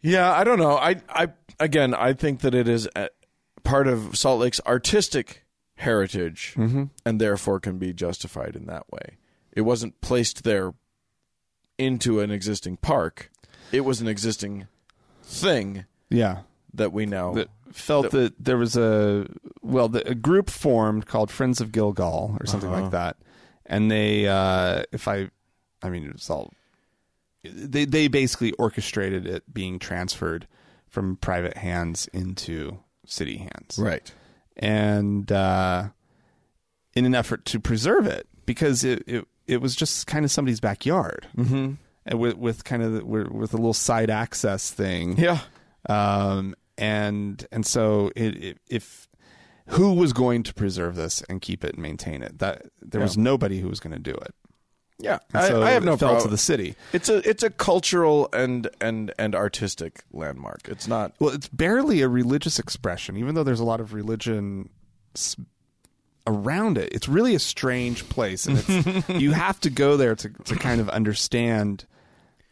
yeah, I don't know. I, I again, I think that it is a, part of Salt Lake's artistic heritage, and therefore can be justified in that way. It wasn't placed there into an existing park; it was an existing thing Yeah. that we now. that felt that there was a well the, a group formed called friends of gilgal or something like that and they uh if i i mean it's all they they basically orchestrated it being transferred from private hands into city hands right. and uh in an effort to preserve it because it it, it was just kind of somebody's backyard mm-hmm. and with, with kind of the, with a little side access thing Yeah. um, and and so it, it, if who was going to preserve this and keep it and maintain it that there was nobody who was going to do it Yeah. And I, so I have it no fell problem. to the city It's a it's a cultural and and and artistic landmark. It's not. well it's barely a religious expression even though there's a lot of religion s- around it it's really a strange place and *laughs* it's, you have to go there to, to kind of understand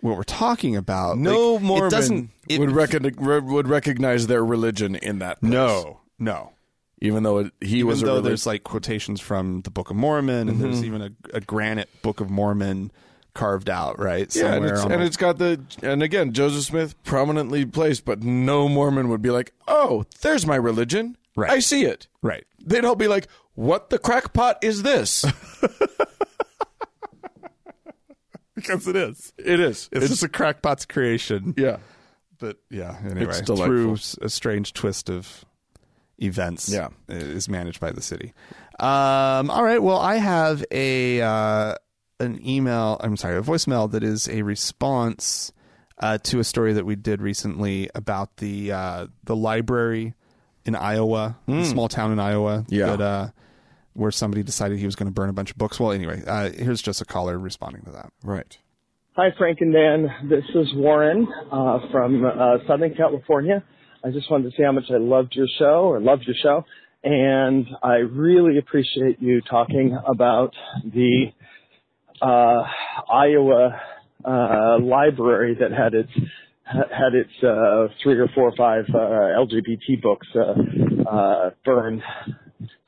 what we're talking about No Like, Mormon it doesn't it, would recognize would recognize their religion in that. Place, no no even though it, he was even a though relig- there's like quotations from the Book of Mormon, and there's even a, a granite Book of Mormon carved out, right? Yeah, and Somewhere it's, on and the- it's got the and again Joseph Smith prominently placed, but no Mormon would be like, "Oh, there's my religion. Right. I see it." right. They'd all be like, "What the crackpot is this?" Because it is. it is. It's, just a crackpot's creation. yeah, But yeah, anyway, It's delightful. through s- a strange twist of events, Yeah. i- is managed by the city. Um, all right. Well, I have a uh, an email. I'm sorry, a voicemail that is a response uh, to a story that we did recently about the uh, the library in Iowa, the small town in Iowa. Yeah. That, uh, where somebody decided he was going to burn a bunch of books. Well, anyway, uh, here's just a caller responding to that. right. Hi, Frank and Dan. This is Warren uh, from uh, Southern California. I just wanted to say how much I loved your show or loved your show, and I really appreciate you talking about the uh, Iowa uh, library that had its had its uh, three or four or five uh, LGBT books uh, uh, burned.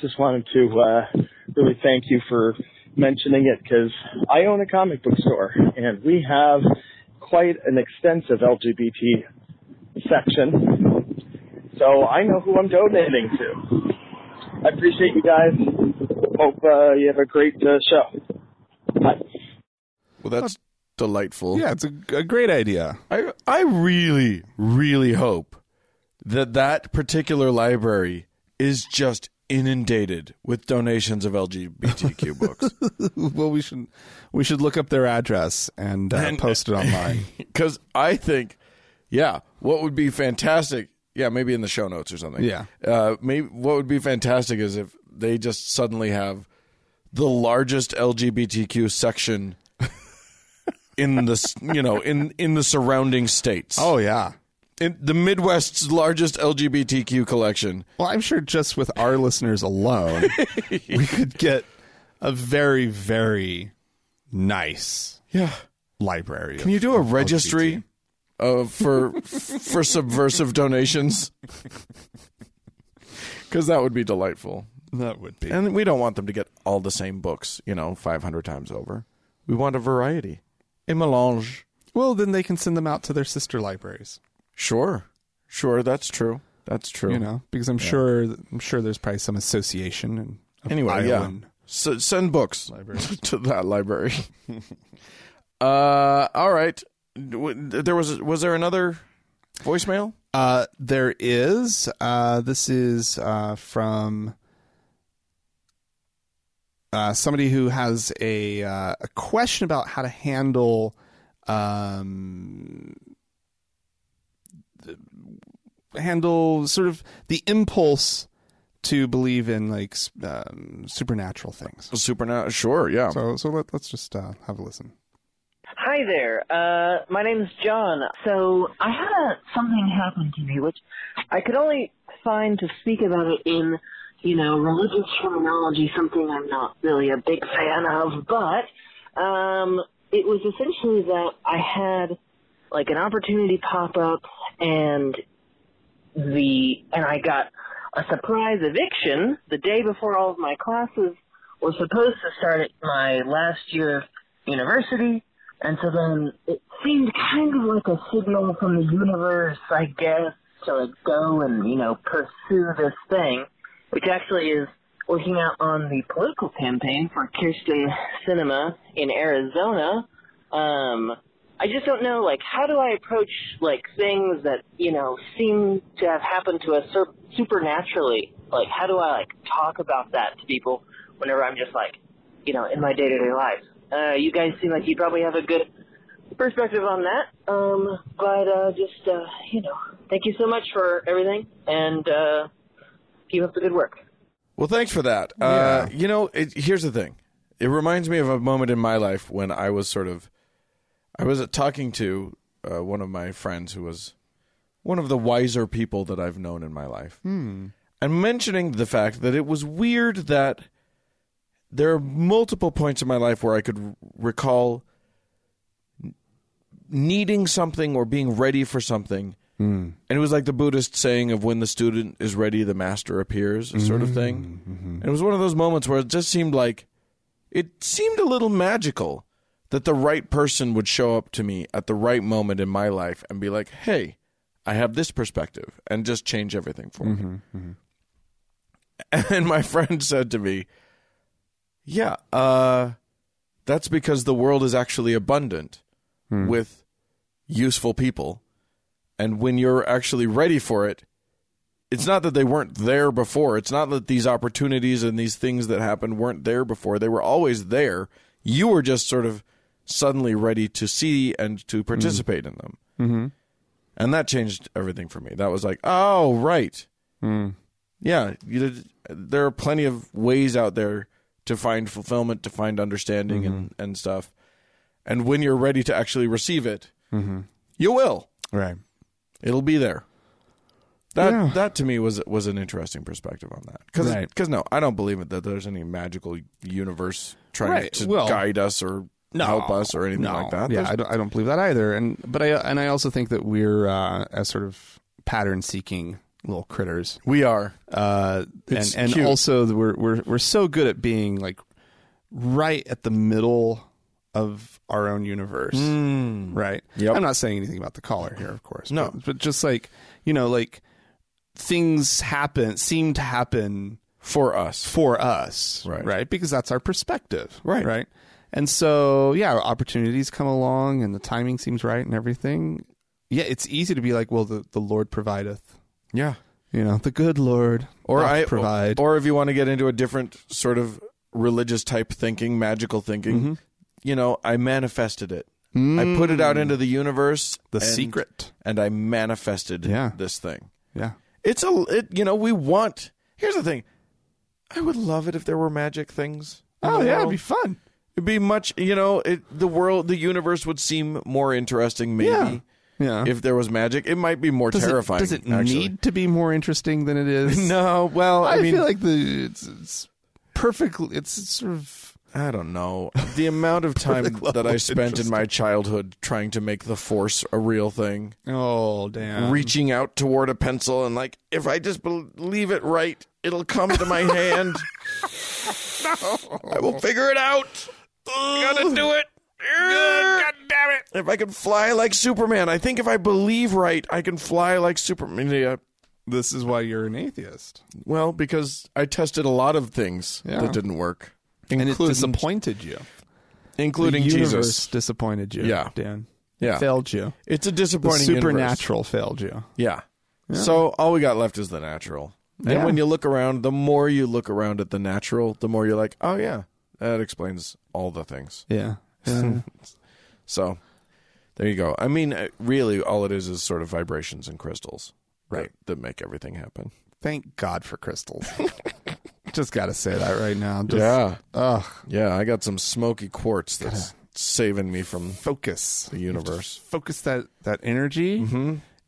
Just wanted to uh, really thank you for mentioning it because I own a comic book store and we have quite an extensive LGBT section. So I know who I'm donating to. I appreciate you guys. Hope uh, you have a great uh, show. Bye. Well, that's delightful. Yeah, it's a, a great idea. I I really really hope that that particular library is just inundated with donations of LGBTQ books. *laughs* well, we should we should look up their address and, uh, post it *laughs* online. Because I think, yeah, what would be fantastic? Yeah, maybe in the show notes or something. Yeah. uh, maybe what would be fantastic is if they just suddenly have the largest *laughs* LGBTQ section in the s- you know in in the surrounding states. oh yeah. in the Midwest's largest LGBTQ collection. Well, I'm sure just with our listeners alone, *laughs* we could get a very very nice Yeah, library. can you do a registry? Uh, for for *laughs* subversive donations, *laughs* because that would be delightful. that would be. And we don't want them to get all the same books, you know, 500 times over. We want a variety. A melange. Well, then they can send them out to their sister libraries. Sure. Sure, that's true. That's true. you know, because I'm sure I'm sure there's probably some association and Anyway, Iowan. yeah. S- send books *laughs* to that library. *laughs* uh, all right. W- There was was there another voicemail? Uh, there is. Uh, this is uh, from uh, somebody who has a uh, a question about how to handle um, the, handle sort of the impulse to believe in like s- um, supernatural things. Supernatural. Sure. Yeah. So so let, let's just uh, have a listen. Hi there. Uh, my name's John. So I had a, something happen to me, which I could only find to speak about it in, you know, religious terminology, something I'm not really a big fan of. But um, it was essentially that I had like an opportunity pop up, and the and I got a surprise eviction the day before all of my classes were supposed to start at my last year of university. And so then it seemed kind of like a signal from the universe, I guess, to like go and, you know, pursue this thing, which actually is working out on the political campaign for Kirsten Cinema in Arizona. Um, I just don't know, like, how do I approach, like, things that, you know, seem to have happened to us sur- supernaturally? Like, how do I, like, talk about that to people whenever I'm just, like, you know, in my day to day life. Uh, you guys seem like you probably have a good perspective on that. Um, but uh, just uh, you know, thank you so much for everything, and uh, keep up the good work. Well, thanks for that. Uh, you know, it, here's the thing. It reminds me of a moment in my life when I was sort of, I was talking to uh, one of my friends who was one of the wiser people that I've known in my life, and mentioning the fact that it was weird that there are multiple points in my life where I could r- recall n- needing something or being ready for something. And it was like the Buddhist saying of when the student is ready, the master appears, sort of thing. And it was one of those moments where it just seemed like it seemed a little magical that the right person would show up to me at the right moment in my life and be like, hey, I have this perspective, and just change everything for me. *laughs* And my friend said to me, yeah, uh, that's because the world is actually abundant with useful people. And when you're actually ready for it, it's not that they weren't there before. It's not that these opportunities and these things that happened weren't there before. They were always there. You were just sort of suddenly ready to see and to participate in them. Mm-hmm. And that changed everything for me. That was like, oh, right. Yeah, you, there are plenty of ways out there to find fulfillment, to find understanding, and, and stuff. And when you're ready to actually receive it, you will. Right. It'll be there. That Yeah. that to me was was an interesting perspective on that because Right. no, I don't believe it that there's any magical universe trying Right, to well- guide us or help us or anything No. like that. Yeah, There's- I don't, I don't believe that either. And but I and I also think that we're uh, as sort of pattern seeking little critters, we are. uh, and It's and cute. also the- we're we're we're so good at being like right at the middle of our own universe, right? Mm. Yep. I'm not saying anything about the caller here, of course. No. but, but just like you know, like things happen seem to happen for us. for us, Right. Because that's our perspective, Right. Right. And so, yeah, opportunities come along, and the timing seems right, and everything. Yeah, it's easy to be like, well, the, the Lord provideth, Yeah. you know, the good Lord, Or doth I provide, Or if you want to get into a different sort of religious type thinking, magical thinking, Mm-hmm. you know, I manifested it. I put it out into the universe. Mm. the and- secret. and I manifested Yeah. this thing. Yeah, It's a it, you know we want. Here's the thing, I would love it if there were magic things. in Oh, the world. fun. it'd be much. You know, it, the world, the universe would seem more interesting. Maybe Yeah, yeah. if there was magic, it might be more does terrifying. It, does it actually. need to be more interesting than it is? *laughs* No, well, *laughs* I, I, mean, feel like the it's, it's perfectly. It's sort of I don't know. The amount *laughs* of time that I spent in my childhood trying to make the force a real thing, oh damn. reaching out toward a pencil and like, if I just believe it right, it'll come to my *laughs* hand. I will figure it out. Gotta do it. God damn it. If I can fly like Superman, I think if I believe right, I can fly like Superman. Yeah. This is why you're an atheist. Well, because I tested a lot of things Yeah. that didn't work, And it Including- disappointed you. including the universe Jesus. disappointed you. Yeah. Dan. Yeah. Failed you. It's a The disappointing universe. supernatural failed you. Yeah. So all we got left is the natural. And Yeah. when you look around, the more you look around at the natural, the more you're like, oh, yeah, that explains all the things. *laughs* Yeah. So there you go. I mean, uh, really, all it is is sort of vibrations and crystals right. that, that make everything happen. Thank God for crystals. *laughs* Just got to say that right now. Just Yeah. Ugh. Yeah. I got some smoky quartz *laughs* that's saving me from Focus. the universe. focus that that energy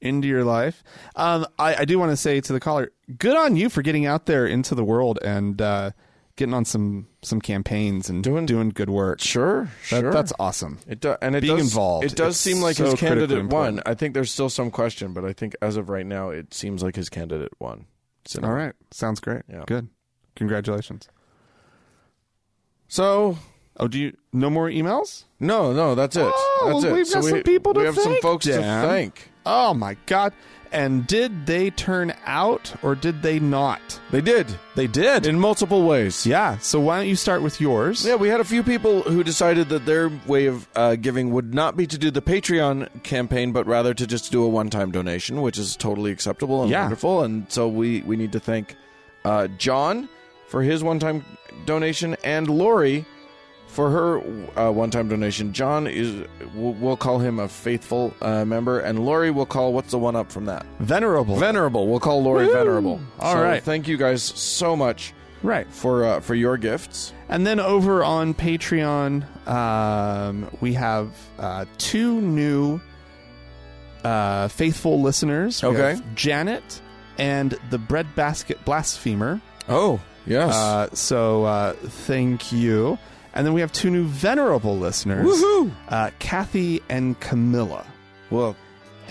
into your life. Um, I, I do want to say to the caller, good on you for getting out there into the world and uh, getting on some some campaigns and doing doing good work. Sure. That- Sure. That's awesome. It do, and it Being does, involved, It does it's seem like so his critically candidate won. important. I think there's still some question, but I think as of right now, it seems like his candidate won. So- All right, sounds great. Yeah. Good. Congratulations. So Oh, do you no more emails? no, no, that's it. Oh, that's well, it. we've so got we, some people to we have some thank, folks Dan. to thank. Oh my God! And did they turn out or did they not? They did They did. in multiple ways. yeah. So why don't you start with yours? Yeah, we had a few people who decided that their way of uh, giving would not be to do the Patreon campaign, but rather to just do a one-time donation, which is totally acceptable and Yeah. wonderful. And so we we need to thank uh, John for his one-time donation and Lori for her uh, one-time donation. John is we'll, we'll call him a faithful uh, member, and Lori will call what's the one up from that Venerable. venerable. We'll call Lori venerable. All All right, right. thank you guys so much right. for uh, for your gifts. And then over on Patreon, um, we have uh, two new uh, faithful listeners. We Okay. have Janet and the Breadbasket Blasphemer. Oh yes. Uh, so uh, thank you. And then we have two new venerable listeners, Woohoo! Uh, Kathy and Camilla. Well,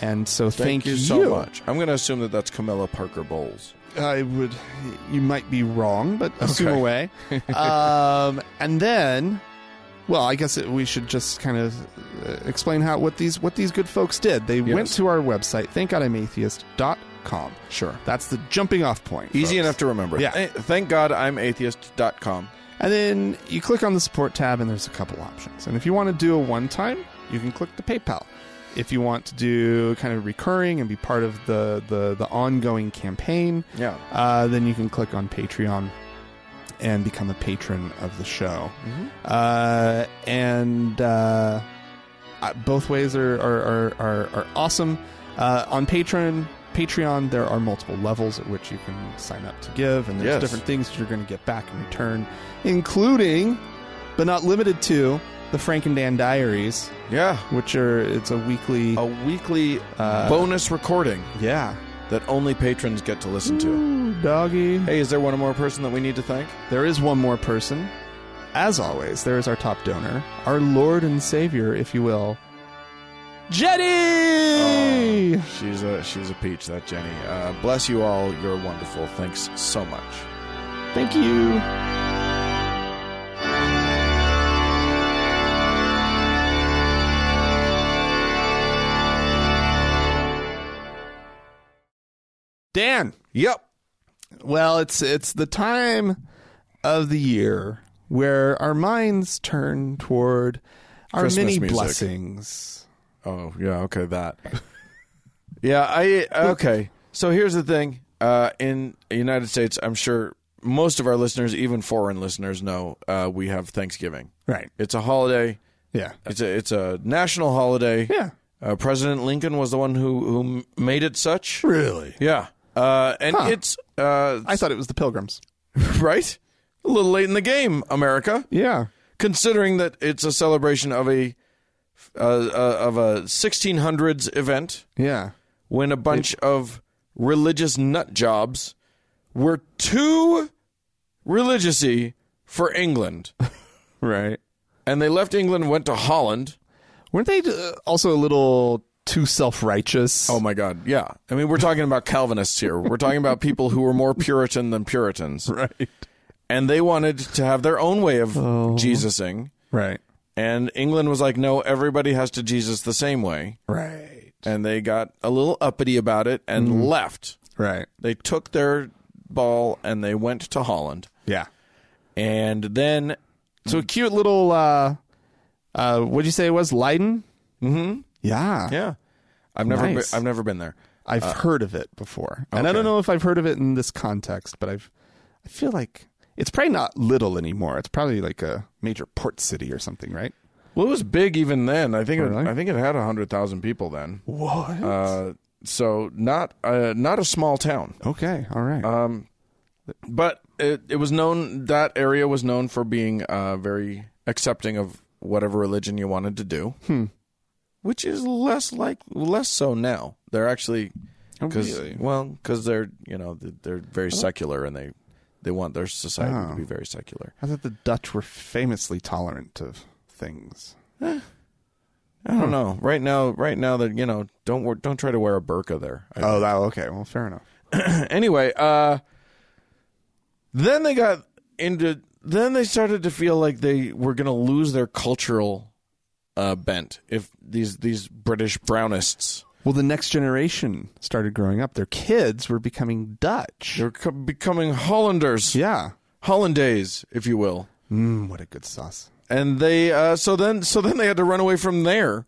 And so thank, thank, you, so much. I'm going to assume that that's Camilla Parker Bowles. I would. You might be wrong, but assume Okay. away. *laughs* um, and then, well, I guess it, we should just kind of uh, explain how what these what these good folks did. They went Yes. to our website, thankgodimatheist.com. Sure. That's the jumping off point. Easy folks. enough to remember. Yeah. Eh, Thank God I'm atheist.com. And then you click on the support tab, and there's a couple options. And if you want to do a one time, you can click the PayPal. If you want to do kind of recurring and be part of the the, the ongoing campaign, Yeah. uh, then you can click on Patreon and become a patron of the show. Uh, and uh, uh, both ways are are, are, are, are awesome. Uh, on Patreon, Patreon, there are multiple levels at which you can sign up to give, and there's Yes. different things that you're going to get back in return, including, but not limited to, the Frank and Dan Diaries, Yeah. which are it's a weekly. A weekly Uh, bonus recording yeah, that only patrons get to listen to. Ooh, doggy. Hey, is there one more person that we need to thank? There is one more person. As always, there is our top donor, our Lord and Savior, if you will, Jetty. Oh, she's a she's a peach, that Jenny. Uh, bless you all. You're wonderful. Thanks so much. Thank you. Dan. Yep. Well, it's it's the time of the year where our minds turn toward our Christmas many music. blessings. Oh yeah, okay, that. *laughs* yeah, I okay. So here's the thing. Uh, in the United States, I'm sure most of our listeners, even foreign listeners, know uh, we have Thanksgiving. Right. It's a holiday. Yeah. It's a it's a national holiday. Yeah. Uh, President Lincoln was the one who who made it such. Really? Yeah. Uh, and Huh. it's uh, I thought it was the Pilgrims. *laughs* right. A little late in the game, America Yeah. considering that it's a celebration of a uh, uh, of a 1600s event Yeah. when a bunch of religious nut jobs were too religiousy for *laughs* England, Right. and they left England, and went to Holland. Weren't they uh, also a little too self-righteous? Oh my God! Yeah, I mean we're talking about Calvinists here. We're talking about people who were more Puritan than Puritans, *laughs* right. and they wanted to have their own way of Jesusing. Right. And England was like, no, everybody has to Jesus the same way. Right. Mm-hmm. and they got a little uppity about it and left. Right. They took their ball and they went to Holland. Yeah. And then So a cute little uh uh what'd you say it was? Leiden? mm-hmm, Yeah. yeah. I've never Nice. been, I've never been there. I've heard of it before. And I okay. don't know if I've heard of it in this context, but I've I feel like it's probably not little anymore. It's probably like a major port city or something, right? Well, it was big even then. I think it, Really? I think it had 100,000 people then. What? Uh, so not uh, not a small town. okay, all right. but it, it was known that area was known for being uh, very accepting of whatever religion you wanted to do, Hmm. which is less like less so now. They're actually because Oh, really? Oh. well because they're you know th- they're very secular and they they want their society Ah. to be very secular. I thought the Dutch were famously tolerant of things. I don't know. Right now, right now that you know don't wor- don't try to wear a burqa there. I Oh, that okay. Well, fair enough. anyway, uh, then they got into. Then they started to feel like they were going to lose their cultural uh, bent if these these British Brownists Well, the next generation started growing up. Their kids were becoming Dutch. they're co- becoming Hollanders, yeah. Hollandaise, if you will. Mm, what a good sauce. And they uh, so then so then they had to run away from there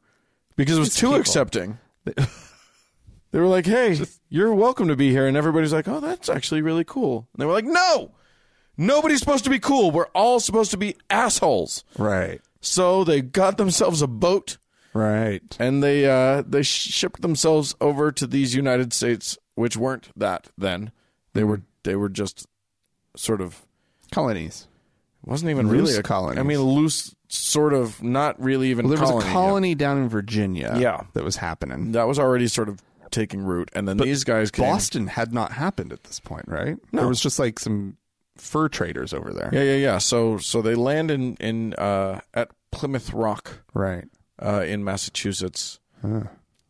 because it was too people. accepting. *laughs* They were like, "Hey, you're welcome to be here," and everybody's like, "Oh, that's actually really cool." And they were like, "No, nobody's supposed to be cool. We're all supposed to be assholes." Right. So they got themselves a boat Right. and they uh, they shipped themselves over to these United States, which weren't that then. Hmm. They were they were just sort of Colonies. wasn't even Loose really a colonies. I mean, loose sort of not really even. Well, there colony was a yet. colony down in Virginia. Yeah. That was happening. that was already sort of taking root, and then these guys came. Boston had not happened at this point, right? No. There was just like some fur traders over there. Yeah, yeah, yeah. So so they land in in uh, at Plymouth Rock Right. uh, in Massachusetts.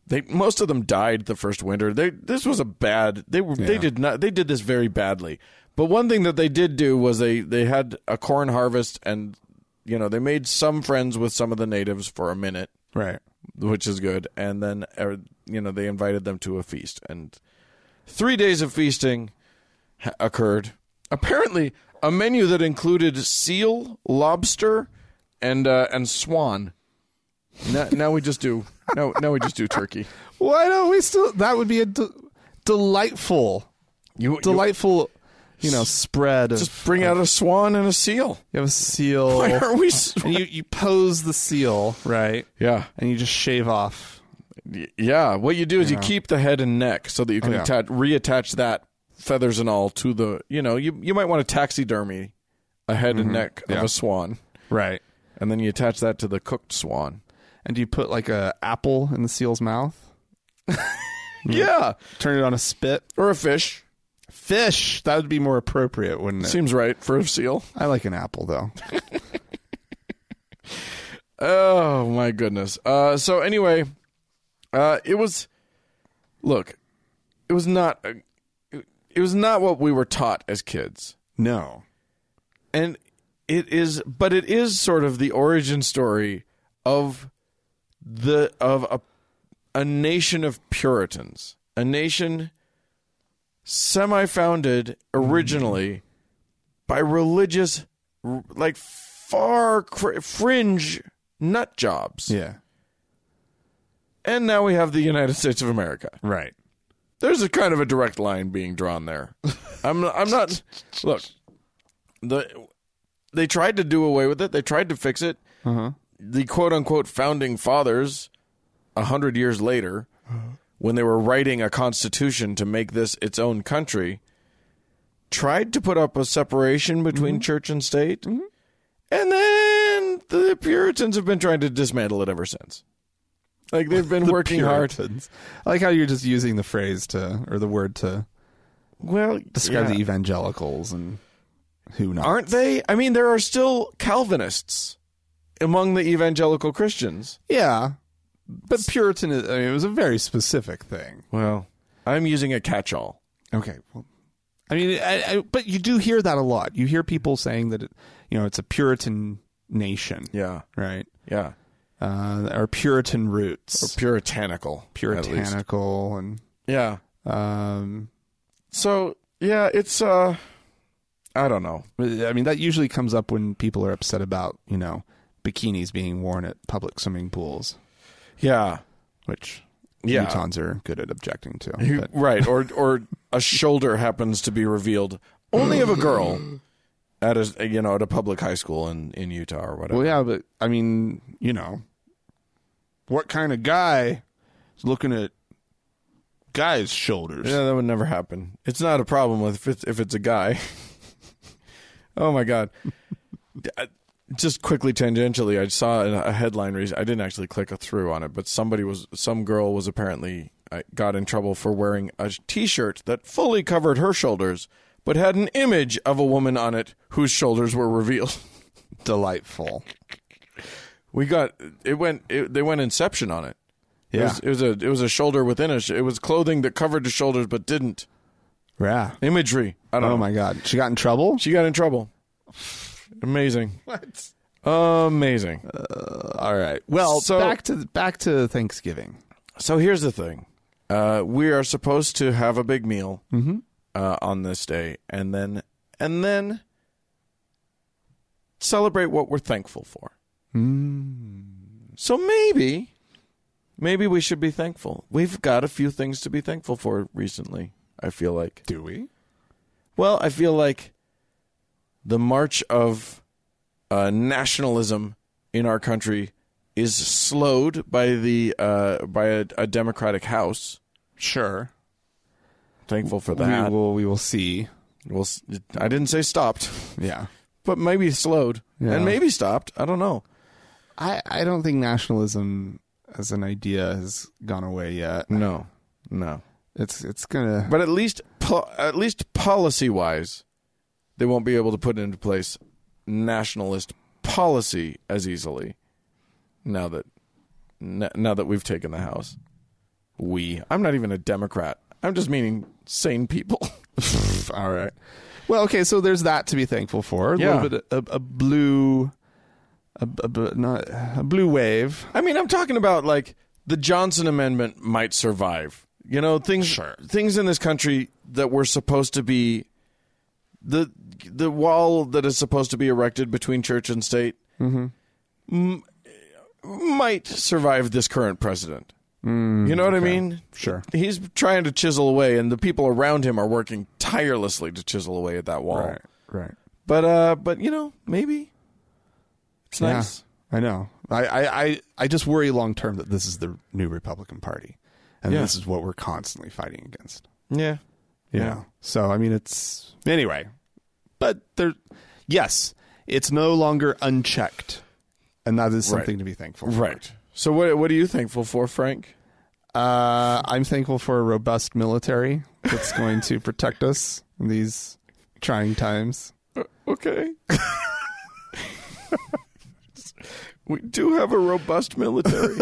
They most of them died the first winter. They this was a bad. They were they did not they did this very badly. But one thing that they did do was they they had a corn harvest and you know they made some friends with some of the natives for a minute, Right. which is good. And then er, you know they invited them to a feast and three days of feasting ha- occurred. Apparently, a menu that included seal, lobster, and uh, and swan. Now, now we just do now now we just do turkey. Why don't we still? That would be a de- delightful, You delightful, you know, spread of. you just bring out a swan and a seal. you have a *laughs* seal, Why and are we? you you pose the seal, right? yeah, And you just shave off. Y- yeah. What you do is you keep the head and neck so that you can Oh, yeah. atta- reattach that feathers and all to the. You know, you you might want to taxidermy a head and neck of Mm-hmm. Yeah. a swan, Right. and then you attach that to the cooked swan. And do you put like a apple in the seal's mouth? Mm-hmm. Yeah, Turn it on a spit. or a fish. Fish. That would be more appropriate, wouldn't it? Seems right for a seal. I like an apple though. Oh my goodness. Uh, so anyway, uh, it was. Look, it was not. uh, it- It was not what we were taught as kids, No. and it is. But it is sort of the origin story of the of a a nation of Puritans, a nation semi-founded originally by religious, r- like far cr- fringe nut jobs. Yeah. And now we have the United States of America. Right. There's a kind of a direct line being drawn there. I'm I'm not look. The they tried to do away with it. They tried to fix it. The quote unquote founding fathers, a hundred years later, when they were writing a constitution to make this its own country, tried to put up a separation between church and state, and then the Puritans have been trying to dismantle it ever since. Like they've been working hard. Puritans. I like how you're just using the phrase to or the word to Well, describe yeah. the evangelicals and who not. aren't they? I mean, there are still Calvinists among the evangelical Christians. Yeah. But Puritan is, I mean, it was a very specific thing. Well, I'm using a catch-all. Okay. Well, I mean, I, I, but you do hear that a lot. You hear people saying that, it, you know, it's a Puritan nation, Yeah, right? yeah, Uh, or Puritan or roots, puritanical, at least. puritanical, and Yeah, um, So yeah, it's uh, I don't know. I mean, that usually comes up when people are upset about, you know, bikinis being worn at public swimming pools, Yeah, which Yeah. Utahns are good at objecting to. You- But right. *laughs* Or or a shoulder happens to be revealed only of a *clears throat* girl at a you know at a public high school in in Utah or whatever. well, yeah, but I mean, you know, what kind of guy is looking at guys' shoulders? Yeah, that would never happen. It's not a problem with if it's, if it's a guy. *laughs* oh my god! *laughs* D- I- Just quickly tangentially, I saw in a headline. Recently, I didn't actually click a through on it, but somebody was some girl was apparently uh, got in trouble for wearing a T-shirt that fully covered her shoulders, but had an image of a woman on it whose shoulders were revealed. *laughs* Delightful. We got it went it, they went Inception on it. It Yeah. was, it was a it was a shoulder within a sh- it was clothing that covered the shoulders but didn't Yeah. imagery. I don't know. Oh my God. She got in trouble? She got in trouble. Amazing. What? Amazing. All right. Well, So- back to back to Thanksgiving. So here's the thing. Uh, we are supposed to have a big meal uh, on this day and then and then celebrate what we're thankful for. So maybe maybe we should be thankful. We've got a few things to be thankful for recently, I feel like. Do we? Well, I feel like the march of uh, nationalism in our country is slowed by the uh, by a, a Democratic House. Sure. Thankful for that. We will. We will see. Well, s- I didn't say stopped, Yeah. but maybe slowed Yeah. and maybe stopped. I don't know. I I don't think nationalism as an idea has gone away yet. No, no. It's it's gonna. But at least po- at least policy wise, they won't be able to put into place nationalist policy as easily now that n- now that we've taken the house. We. I'm not even a Democrat. I'm just meaning sane people. *laughs* all right. Well, okay. So there's that to be thankful for. A Yeah. little bit of- a, a blue. A, a, bu- not a blue wave. I mean, I'm talking about like the Johnson Amendment might survive. You know, things things in this country that were supposed to be the the wall that is supposed to be erected between church and state Mm-hmm. m- might survive this current president. you know what I mean? Mm, Sure. He's trying to chisel away, and the people around him are working tirelessly to chisel away at that wall. Right. Right. But uh, but you know, maybe it's Yeah. nice. I know. I, I, I, I just worry long term that this is the new Republican Party, and Yeah. this is what we're constantly fighting against. Yeah. You know? So I mean, it's anyway. But there, yes, it's no longer unchecked, and that is Right. something to be thankful. for. Right. So what what are you thankful for, Frank? Uh, I'm thankful for a robust military that's going to protect us in these trying times. Okay. *laughs* we do have a robust military.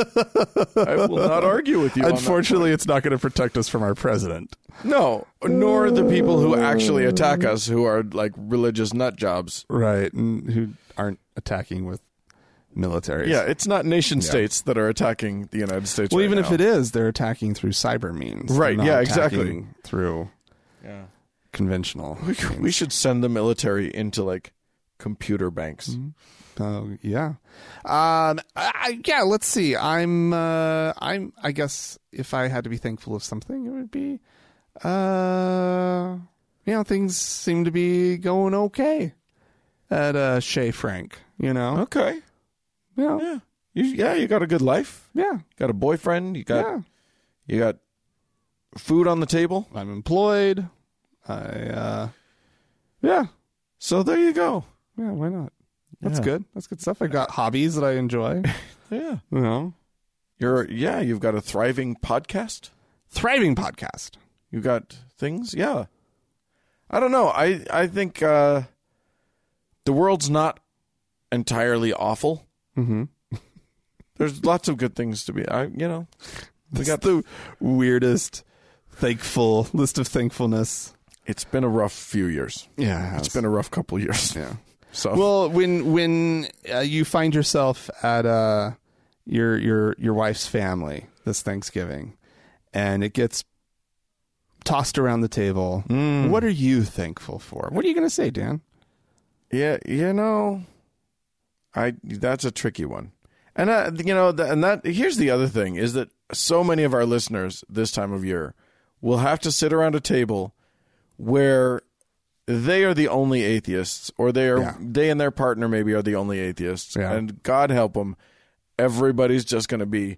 I will not argue with you. on that. Unfortunately, it's not going to protect us from our president. no, nor the people who actually attack us, who are like religious nut jobs. right and who aren't attacking with militaries Yeah, it's not nation states that are attacking the United States. well right even if now. it is they're attacking through cyber means They're Right, not yeah, exactly. attacking through Yeah. conventional We- we should send the military into like computer banks. Oh yeah um I- I, yeah let's see i'm uh i'm i guess if i had to be thankful of something it would be uh you know things seem to be going okay at uh Shea Frank, you know. Okay. Yeah. Yeah. You, yeah, you got a good life. Yeah. Got a boyfriend. You got yeah. you got food on the table. I'm employed. I uh yeah, So there you go. yeah, why not? That's Yeah. good. That's good stuff. I've got hobbies that I enjoy. Yeah. You know, You're yeah, you've got a thriving podcast. thriving podcast. You got things. Yeah. I don't know. I I think uh the world's not entirely awful. Mm-hmm. *laughs* There's lots of good things to be. I you know. We got the weirdest thankful list of thankfulness. It's been a rough few years. Yeah, It's been a rough couple years. yeah. *laughs* So Well, when when uh, you find yourself at uh your your your wife's family this Thanksgiving, and it gets tossed around the table. What are you thankful for? What are you going to say, Dan? Yeah, you know, I that's a tricky one, and I, you know, th- and that here's the other thing is that so many of our listeners this time of year will have to sit around a table where they are the only atheists, or they are Yeah. they and their partner maybe are the only atheists, Yeah. and God help them, everybody's just going to be.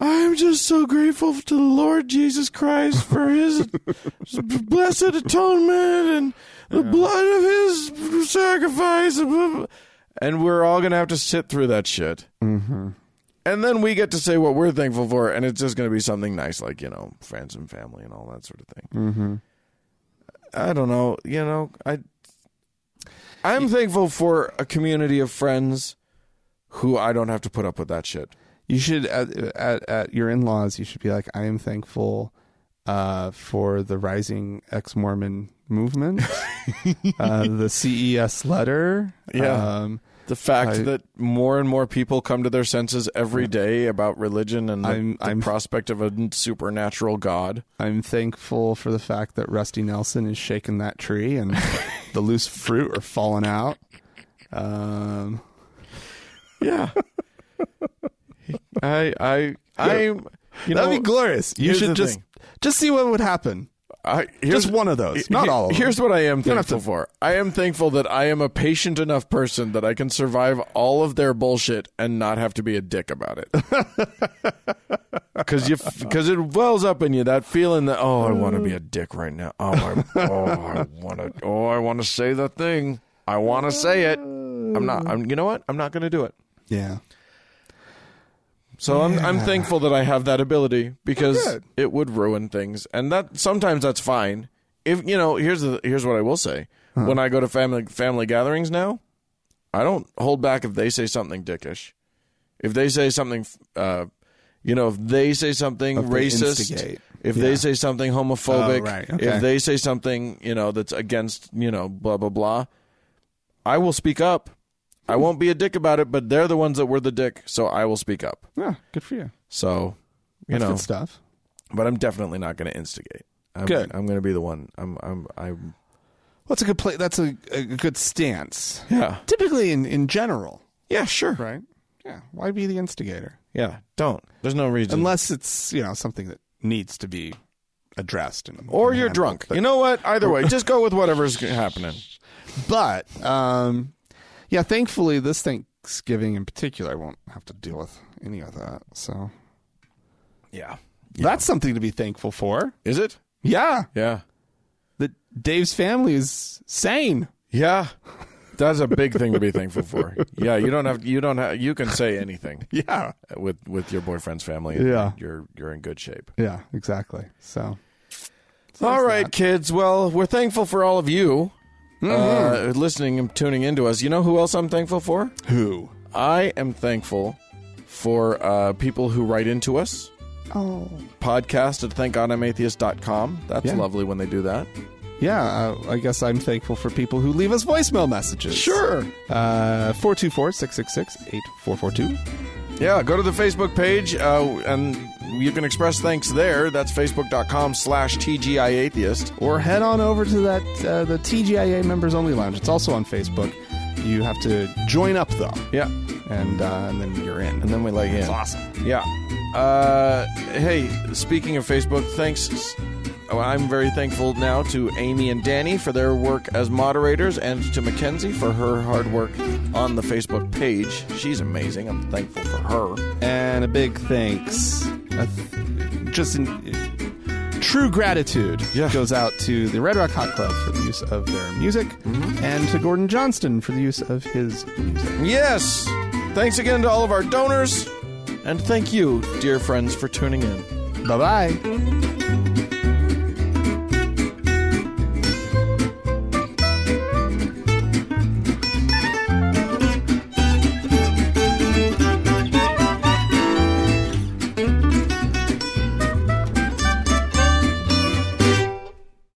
I'm just so grateful to the Lord Jesus Christ for his *laughs* blessed atonement and the blood of his sacrifice. and blah, blah. And we're all going to have to sit through that shit. Mm-hmm. And then we get to say what we're thankful for, and it's just going to be something nice, like, you know, friends and family and all that sort of thing. Mm-hmm. I don't know. You know, I. I'm thankful for a community of friends who I don't have to put up with that shit. You should at at, at your in laws. You should be like, I am thankful uh, for the rising ex Mormon movement, uh, the CES letter. Yeah. Um, The fact I- that more and more people come to their senses every day about religion and the, I'm- the I'm- prospect of a n- supernatural god. I'm thankful for the fact that Rusty Nelson is shaking that tree *laughs* and the loose fruit are falling out. Um, Yeah. *laughs* I I I'm you that'd know, be glorious. You here's should the just thing. just see what would happen. I, here's, Just one of those, he- not all of them. Here's what I am don't have thankful for. I am thankful that I am a patient enough person that I can survive all of their bullshit and not have to be a dick *laughs* about it. Because you, because it wells up in you that feeling that oh, I want to be a dick right now. Oh, I, oh, I want to. Oh, I want to say the thing. I want to say it. I'm not. I'm. You know what? I'm not going to do it. Yeah. So I'm I'm thankful that I have that ability because Good. it would ruin things, and that sometimes that's fine. If you know, here's the here's what I will say: when I go to family family gatherings now, I don't hold back if they say something dickish, if they say something, uh, you know, if they say something If they racist, instigate. if Yeah. they say something homophobic, Oh, right. Okay. if they say something you know that's against you know blah blah blah, I will speak up. I won't be a dick about it, but they're the ones that were the dick, so I will speak up. Yeah. Good for you. So, you That's know, good stuff. but I'm definitely not going to instigate. I'm, Good. I'm going to be the one. I'm. I'm. I'm. That's a good play. That's a, a good stance. Yeah. Typically, in in general, Yeah. Sure. right? Yeah. Why be the instigator? Yeah. Don't. There's no reason. Unless it's you know something that needs to be addressed. And, or and you're handled. drunk. You know what? Either way, just go with whatever's g- happening. But um, yeah, thankfully this Thanksgiving in particular, I won't have to deal with any of that. So Yeah. that's something to be thankful for. Is it? Yeah, Yeah. that Dave's family is sane. Yeah. That's a big thing to be thankful for. Yeah. You don't have. You don't have. You can say anything Yeah, with with your boyfriend's family. and Yeah. You're you're in good shape. yeah, exactly. So All right, kids. Well, we're thankful for all of you uh, listening and tuning into us. You know who else I'm thankful for? who? I am thankful for uh, people who write into us. Oh, Podcast at thankgodimatheist.com. That's Yeah. lovely when they do that. yeah. Uh, I guess I'm thankful for people who leave us voicemail messages. Uh, 424-666-8442. Yeah, go to the Facebook page uh, and you can express thanks there. That's facebook.com slash TGIAtheist. or head on over to that uh, the TGIA Members Only Lounge. It's also on Facebook. You have to join up though, Yeah. and uh, and then you're in. And then we like It's in. awesome. Yeah. Uh, hey, speaking of Facebook, thanks. oh, I'm very thankful now to Amy and Danny for their work as moderators and to Mackenzie for her hard work on the Facebook page. She's amazing. I'm thankful for her. And a big thanks, a th- just in true gratitude Yeah. goes out to the Red Rock Hot Club for the use of their music, and to Gordon Johnston for the use of his music. Yes. Thanks again to all of our donors. And thank you, dear friends, for tuning in. Bye bye.